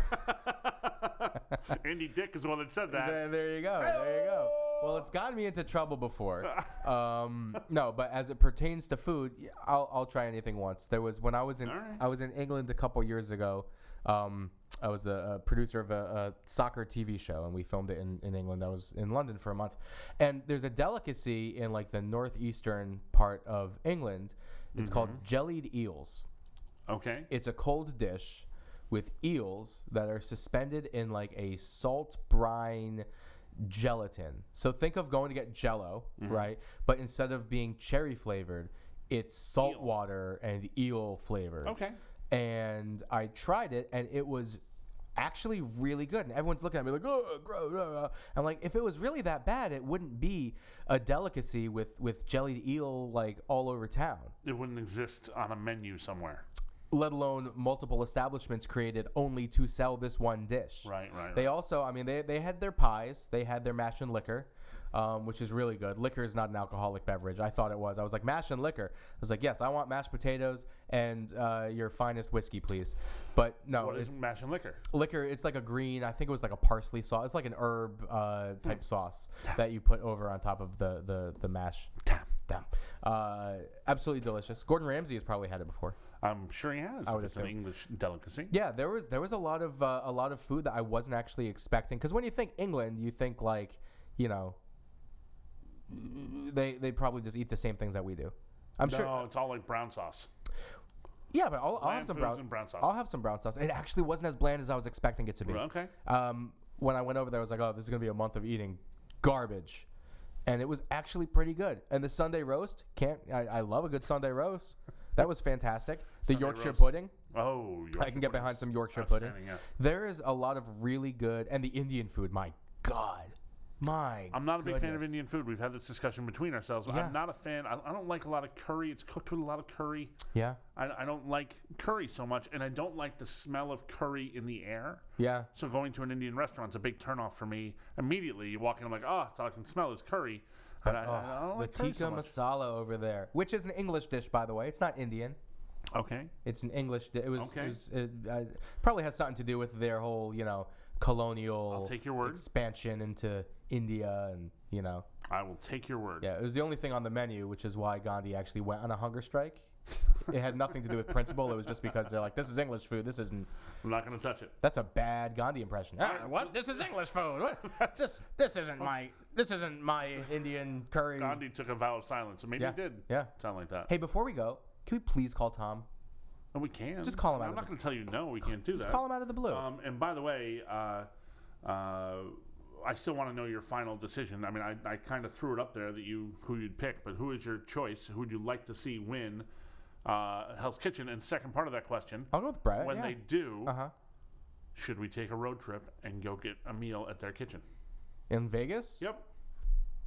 Speaker 1: [laughs] Andy Dick is the one that said that.
Speaker 2: There, there you go. There you go. Well, it's gotten me into trouble before. Um, no, but as it pertains to food, y- I'll, I'll try anything once. There was when I was in
Speaker 1: Alright.
Speaker 2: I was in England a couple years ago. Um, I was a, a producer of a, a soccer TV show, and we filmed it in, in England. I was in London for a month, and there's a delicacy in like the northeastern part of England. It's called jellied eels
Speaker 1: Okay.
Speaker 2: it's a cold dish with eels that are suspended in like a salt brine gelatin. So think of going to get jello, right? But instead of being cherry flavored, it's salt water and eel flavored.
Speaker 1: Okay.
Speaker 2: And I tried it and it was actually really good. And everyone's looking at me like, oh, gross. blah, blah." I'm like, if it was really that bad, it wouldn't be a delicacy with, with jellied eel like all over town
Speaker 1: It wouldn't exist on a menu somewhere.
Speaker 2: let alone multiple establishments created only to sell this one dish.
Speaker 1: Right, right,
Speaker 2: They
Speaker 1: right.
Speaker 2: also, I mean, they, they had their pies, they had their mash and liquor, um, which is really good. Liquor is not an alcoholic beverage. I thought it was. I was like, mash and liquor. I was like, yes, I want mashed potatoes and uh, your finest whiskey, please. But no,
Speaker 1: What
Speaker 2: it-
Speaker 1: is mash and liquor?
Speaker 2: liquor it's like a green i think it was like a parsley sauce it's like an herb uh, type
Speaker 1: Hmm.
Speaker 2: sauce that you put over on top of the the, the mash damn uh, absolutely delicious gordon ramsay has probably had it before
Speaker 1: I'm sure he has.
Speaker 2: I
Speaker 1: if
Speaker 2: would
Speaker 1: it's an
Speaker 2: assume.
Speaker 1: English delicacy.
Speaker 2: Yeah, there was there was a lot of uh, a lot of food that I wasn't actually expecting because when you think England, you think like you know they they probably just eat the same things that we do. I'm
Speaker 1: No,
Speaker 2: sure.
Speaker 1: it's all like brown sauce.
Speaker 2: Yeah, but I'll, I'll
Speaker 1: Bland
Speaker 2: have some
Speaker 1: foods
Speaker 2: brown,
Speaker 1: and brown sauce.
Speaker 2: I'll have some brown sauce. It actually wasn't as bland as I was expecting it to be.
Speaker 1: Okay.
Speaker 2: Um, when I went over there, I was like, oh, this is gonna be a month of eating garbage. And it was actually pretty good. And the Sunday roast can't. I, I love a good Sunday roast. That was fantastic. The Yorkshire
Speaker 1: roast.
Speaker 2: pudding.
Speaker 1: Oh,
Speaker 2: I can get behind some Yorkshire pudding.
Speaker 1: outstanding, yeah.
Speaker 2: There is a lot of really good, and the Indian food. My God, my.
Speaker 1: I'm not a big fan of
Speaker 2: goodness.
Speaker 1: Indian food. We've had this discussion between ourselves.
Speaker 2: Yeah.
Speaker 1: I'm not a fan. I, I don't like a lot of curry. It's cooked with a lot of curry.
Speaker 2: Yeah,
Speaker 1: I, I don't like curry so much, and I don't like the smell of curry in the air.
Speaker 2: yeah.
Speaker 1: So going to an Indian restaurant's a big turnoff for me. Immediately, you walk in, I'm like, oh, it's all I can smell is curry. But I, I don't
Speaker 2: the
Speaker 1: like curry
Speaker 2: tikka
Speaker 1: so much.
Speaker 2: masala over there, which is an English dish, by the way. It's not Indian.
Speaker 1: Okay.
Speaker 2: It's an English. It was,
Speaker 1: Okay.
Speaker 2: it was it, uh, probably has something to do with their whole, you know, colonial
Speaker 1: I'll take your word.
Speaker 2: expansion into India and you know,
Speaker 1: I will take your word.
Speaker 2: yeah, it was the only thing on the menu, which is why Gandhi actually went on a hunger strike. it had nothing to do with principle. It was just because they're like, this is English food. This isn't.
Speaker 1: I'm not going to touch it.
Speaker 2: That's a bad Gandhi impression. Ah, what? This is English
Speaker 1: [laughs]
Speaker 2: food. What? This this isn't my this isn't my Indian curry.
Speaker 1: Gandhi took a vow of silence, so maybe
Speaker 2: Yeah,
Speaker 1: he did.
Speaker 2: yeah.
Speaker 1: Sound like that.
Speaker 2: Hey, before we go, can we please call Tom?
Speaker 1: And we can.
Speaker 2: Just call him out
Speaker 1: I'm
Speaker 2: of
Speaker 1: not
Speaker 2: the-
Speaker 1: going to tell you no. We can't do
Speaker 2: Just
Speaker 1: that.
Speaker 2: call him out of the blue.
Speaker 1: Um, and by the way, uh, uh, I still want to know your final decision. I mean, I, I kind of threw it up there that you who you'd pick, but who is your choice? Who would you like to see win uh, Hell's Kitchen? And second part of that question,
Speaker 2: I'll go with Brett.
Speaker 1: when
Speaker 2: yeah.
Speaker 1: they do,
Speaker 2: Uh-huh.
Speaker 1: should we take a road trip and go get a meal at their kitchen?
Speaker 2: in Vegas,
Speaker 1: Yep,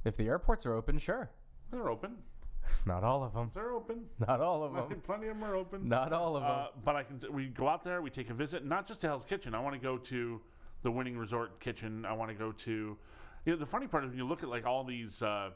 Speaker 2: if the airports are open, sure. [laughs]
Speaker 1: they're open.
Speaker 2: Not all of them.
Speaker 1: They're open.
Speaker 2: Not all of
Speaker 1: [laughs]
Speaker 2: them.
Speaker 1: Plenty of them are open.
Speaker 2: Not all of them.
Speaker 1: Uh, but I can. We go out there. We take a visit, not just to Hell's Kitchen. I want to go to the Winning Resort Kitchen. I want to go to. You know, the funny part is when you look at like all these uh,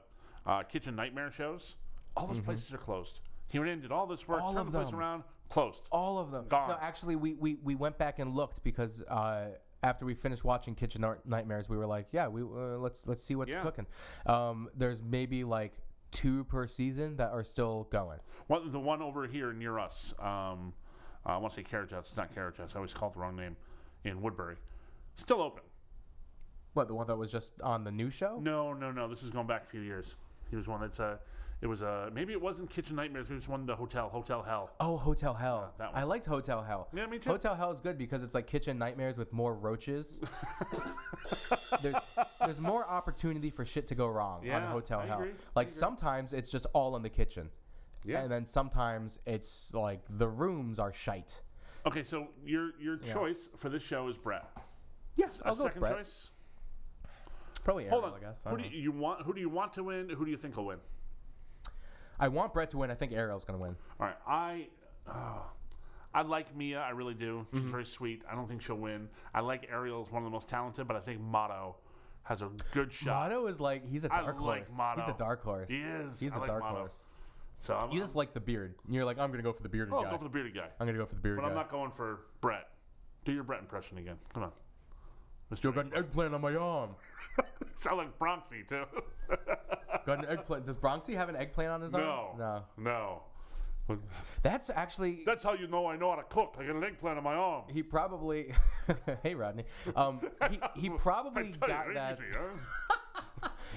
Speaker 1: uh, kitchen nightmare shows, all those places are closed. He went in, did all this work,
Speaker 2: Mm-hmm. All
Speaker 1: turned
Speaker 2: of
Speaker 1: the place
Speaker 2: them.
Speaker 1: around, closed.
Speaker 2: all of them.
Speaker 1: Gone.
Speaker 2: No, actually, we, we, we went back and looked because uh, after we finished watching Kitchen Art Nightmares, we were like, yeah, we uh, let's let's see what's
Speaker 1: Yeah.
Speaker 2: cooking. Um, there's maybe like two per season that are still going.
Speaker 1: One, the one over here near us. Um, I want to say Carriage House. It's not Carriage House. I always call it the wrong name. In Woodbury, still open.
Speaker 2: What the one that was just on the new show?
Speaker 1: No, no, no. This is going back a few years. He was one that's a. It was a. Maybe it wasn't Kitchen Nightmares. It was one of the hotel, Hotel Hell.
Speaker 2: Oh, Hotel Hell.
Speaker 1: that one.
Speaker 2: I liked Hotel Hell.
Speaker 1: Yeah, me too.
Speaker 2: Hotel Hell is good because it's like kitchen nightmares with more
Speaker 1: [laughs]
Speaker 2: roaches. there's, there's more opportunity for shit to go wrong on
Speaker 1: Yeah,
Speaker 2: Hotel
Speaker 1: I
Speaker 2: Hell.
Speaker 1: agree. I
Speaker 2: Like
Speaker 1: agree.
Speaker 2: sometimes it's just all in the kitchen.
Speaker 1: Yeah.
Speaker 2: And then sometimes it's like the rooms are shite.
Speaker 1: Okay, so your your choice for this show is Brett.
Speaker 2: Yes,
Speaker 1: A second choice.
Speaker 2: Probably
Speaker 1: Hold
Speaker 2: Ariel,
Speaker 1: on.
Speaker 2: I guess. I,
Speaker 1: Who do
Speaker 2: don't know.
Speaker 1: you, you want? Who do you want to win? Who do you think will win?
Speaker 2: I want Brett to win. I think Ariel's gonna win.
Speaker 1: All right, I. Oh, I like Mia. I really do. She's
Speaker 2: Mm-hmm.
Speaker 1: very sweet. I don't think she'll win. I like Ariel. is one of the most talented, but I think Motto has a good shot.
Speaker 2: Motto is like he's a
Speaker 1: I
Speaker 2: dark
Speaker 1: like
Speaker 2: horse. He's
Speaker 1: Motto.
Speaker 2: a dark horse.
Speaker 1: He is.
Speaker 2: He's
Speaker 1: I
Speaker 2: a
Speaker 1: like
Speaker 2: dark
Speaker 1: Motto.
Speaker 2: horse.
Speaker 1: So I'm,
Speaker 2: You just like the beard. You're like, I'm gonna go for the bearded
Speaker 1: I'm,
Speaker 2: guy.
Speaker 1: I'll go for the bearded guy,
Speaker 2: I'm gonna go for the bearded guy.
Speaker 1: but I'm not going for Brett. Do your Brett impression again. Come on. Mr.
Speaker 2: Yo, got an eggplant on my arm.
Speaker 1: [laughs] Sound like Bronxy too.
Speaker 2: Got an eggplant. Does Bronxy have an eggplant on his
Speaker 1: [laughs] no.
Speaker 2: arm? No.
Speaker 1: No.
Speaker 2: That's actually
Speaker 1: That's how you know I know how to cook. I got an eggplant on my arm.
Speaker 2: he probably. [laughs] hey Rodney. Um, he, he
Speaker 1: [laughs] [laughs] I
Speaker 2: probably
Speaker 1: tell you,
Speaker 2: got
Speaker 1: they're
Speaker 2: that.
Speaker 1: easy, huh?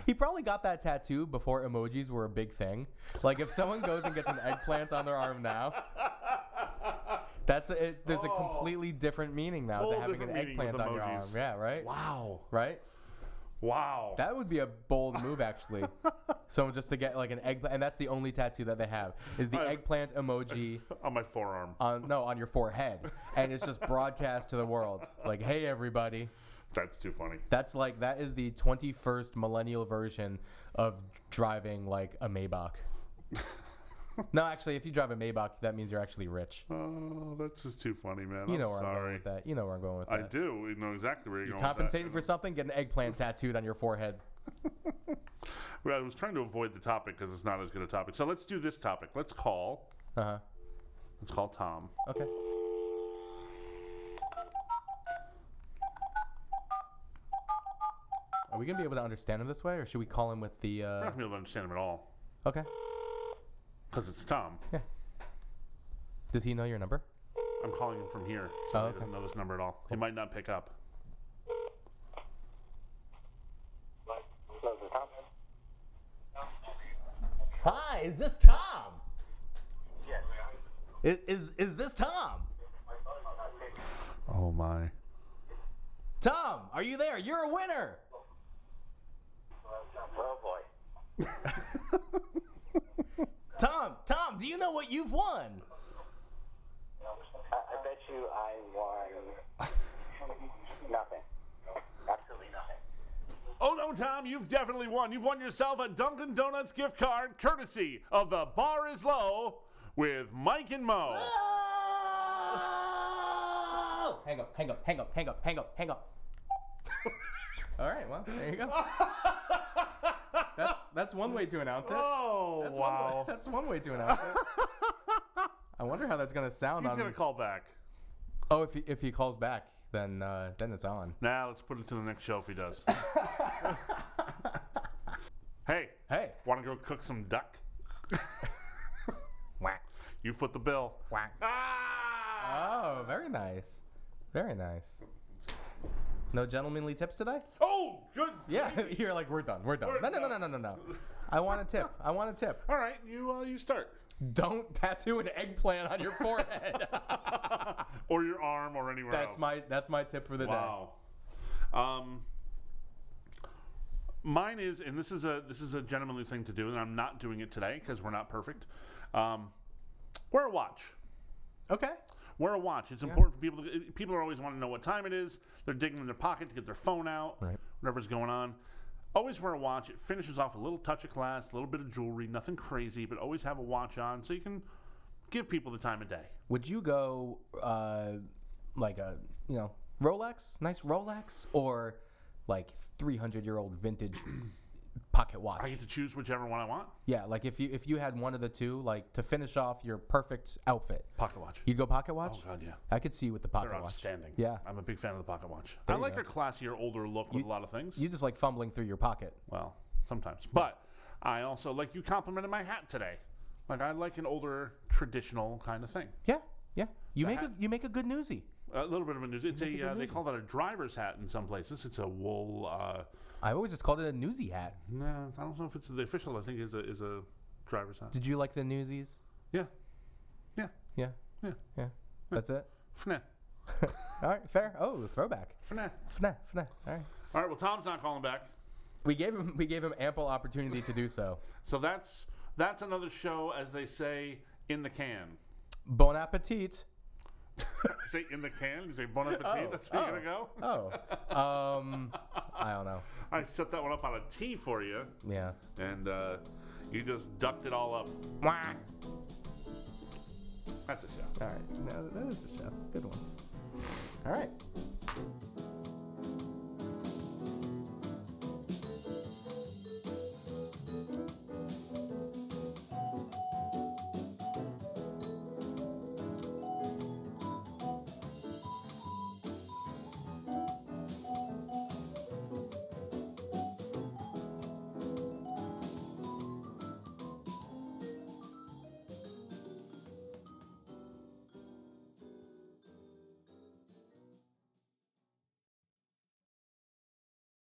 Speaker 2: He probably got that tattoo before emojis were a big thing. Like if someone goes and gets an eggplant on their arm now, that's a, it, there's a completely different meaning now to
Speaker 1: Oh. Whole
Speaker 2: having an
Speaker 1: different meaning with
Speaker 2: eggplant on your arm.
Speaker 1: emojis.
Speaker 2: Yeah, right.
Speaker 1: Wow.
Speaker 2: Right.
Speaker 1: Wow.
Speaker 2: That would be a bold move,
Speaker 1: [laughs]
Speaker 2: actually. Someone just to get like an eggplant, and that's the only tattoo that they have is the eggplant emoji
Speaker 1: on my forearm.
Speaker 2: on no on your forehead, and it's just broadcast to the world. Like, hey everybody,
Speaker 1: That's too funny.
Speaker 2: that's like that is the 21st millennial version of driving like a
Speaker 1: [laughs]
Speaker 2: Maybach. no, actually, if you drive a Maybach, that means you're actually rich.
Speaker 1: Oh, that's just too funny, man.
Speaker 2: You know
Speaker 1: I'm
Speaker 2: where I'm going
Speaker 1: sorry.
Speaker 2: with that. You know where I'm going with that.
Speaker 1: I do you know exactly where you're going.
Speaker 2: Compensating for
Speaker 1: with
Speaker 2: something, get an eggplant tattooed on your forehead.
Speaker 1: that. Well, I was trying to avoid the topic because it's not as good a topic. So let's do this topic. Let's call.
Speaker 2: Uh huh.
Speaker 1: Let's call Tom.
Speaker 2: Okay. Are we gonna be able to understand him this way, or should we call him with the?
Speaker 1: I'm
Speaker 2: Uh...
Speaker 1: not gonna be able to understand him at all
Speaker 2: Okay.
Speaker 1: because it's Tom.
Speaker 2: Does he know your number?
Speaker 1: I'm calling him from here, so
Speaker 2: Oh,
Speaker 1: he
Speaker 2: okay.
Speaker 1: doesn't know this number at all. He might not pick up.
Speaker 6: Oh,
Speaker 7: Hi, is this Tom? Yes. Is, is is this Tom?
Speaker 1: Oh my.
Speaker 2: Tom, are you there? You're a winner.
Speaker 6: Oh boy.
Speaker 7: Tom, Tom, do you know what you've won?
Speaker 6: I, I bet you I won nothing. Absolutely nothing.
Speaker 1: Oh no, Tom, you've definitely won. You've won yourself a Dunkin' Donuts gift card courtesy of the Bar Is Low with Mike
Speaker 2: [gasps]
Speaker 1: and Mo.
Speaker 2: Oh! Hang up. Hang up. Hang up. Hang up. Hang up. Hang up. [laughs] All right. Well, there [laughs] you go. that's that's one way to announce it.
Speaker 1: Oh,
Speaker 2: [laughs] That's one way,
Speaker 1: wow.
Speaker 2: [laughs] that's one way to announce it. I wonder how that's gonna sound.
Speaker 1: He's
Speaker 2: on,
Speaker 1: going to call back.
Speaker 2: Oh, if he, if he calls back, then uh, then it's on.
Speaker 1: Now let's put it to the next show if
Speaker 2: [laughs]
Speaker 1: he does. hey,
Speaker 2: Hey,
Speaker 1: want to go cook some duck?
Speaker 2: [laughs] whack,
Speaker 1: You foot the bill.
Speaker 2: whack.
Speaker 1: Ah!
Speaker 2: Oh, very nice, very nice. No gentlemanly tips today.
Speaker 1: Oh, good.
Speaker 2: Yeah, [laughs] you're like we're done. We're done. No, no, no, no, no, no, no. I want a tip. I want a tip.
Speaker 1: All right, you uh, you start.
Speaker 2: Don't tattoo an eggplant on your
Speaker 1: [laughs]
Speaker 2: forehead.
Speaker 1: Or your arm or anywhere
Speaker 2: that's
Speaker 1: else.
Speaker 2: my that's my tip for the
Speaker 1: Wow. Um, mine is, and this is a this is a gentlemanly thing to do, and I'm not doing it today because we're not perfect. Um, wear a watch.
Speaker 2: day. Okay.
Speaker 1: Wear a watch. It's important for people. To, people are always wanting to know what time it is. They're digging in their pocket to get their phone out.
Speaker 2: Right.
Speaker 1: Whatever's going on. Always wear a watch. It finishes off a little touch of class, a little bit of jewelry, nothing crazy, but always have a watch on so you can give people the time of day.
Speaker 2: Would you go uh, like a you know Rolex, nice Rolex, or like three hundred year old vintage [clears throat] pocket
Speaker 1: I
Speaker 2: watch?
Speaker 1: get to choose whichever one I want.
Speaker 2: Yeah, like if you if you had one of the two, like to finish off your perfect outfit,
Speaker 1: Pocket watch.
Speaker 2: you'd go pocket watch.
Speaker 1: Oh, God, yeah.
Speaker 2: I could see you with the pocket
Speaker 1: They're
Speaker 2: watch.
Speaker 1: outstanding.
Speaker 2: Yeah.
Speaker 1: I'm a big fan of the pocket watch. I
Speaker 2: you
Speaker 1: like
Speaker 2: go.
Speaker 1: their classier, older look with a lot of things.
Speaker 2: You just like fumbling through your pocket.
Speaker 1: well, sometimes. But I also like you complimented my hat today. Like I like an older traditional kind of thing.
Speaker 2: Yeah, yeah. You make a you make a good newsie.
Speaker 1: A little bit of a news. It's a uh, they call that a driver's hat in some places. It's a wool. Uh,
Speaker 2: I always just called it a newsie hat.
Speaker 1: no, I don't know if it's the official. I think is a is a driver's hat.
Speaker 2: Did you like the newsies?
Speaker 1: Yeah, yeah,
Speaker 2: Yeah,
Speaker 1: yeah.
Speaker 2: yeah. That's it.
Speaker 1: Fneh,
Speaker 2: All right, fair. Oh, throwback.
Speaker 1: fneh.
Speaker 2: Fnah, fnah. All right.
Speaker 1: All right. Well, Tom's not calling back,
Speaker 2: We gave him we gave him ample opportunity to do so. [laughs]
Speaker 1: so that's that's another show, as they say, in the can.
Speaker 2: Bon appetit.
Speaker 1: Say in the can. You say bon appetit. that's where you're gonna go.
Speaker 2: Oh, um, I don't know.
Speaker 1: I set that one up on a tee for you,
Speaker 2: Yeah.
Speaker 1: and uh, you just ducked it all up. That's a show.
Speaker 2: All right. No, that is a chef. Good one. All right.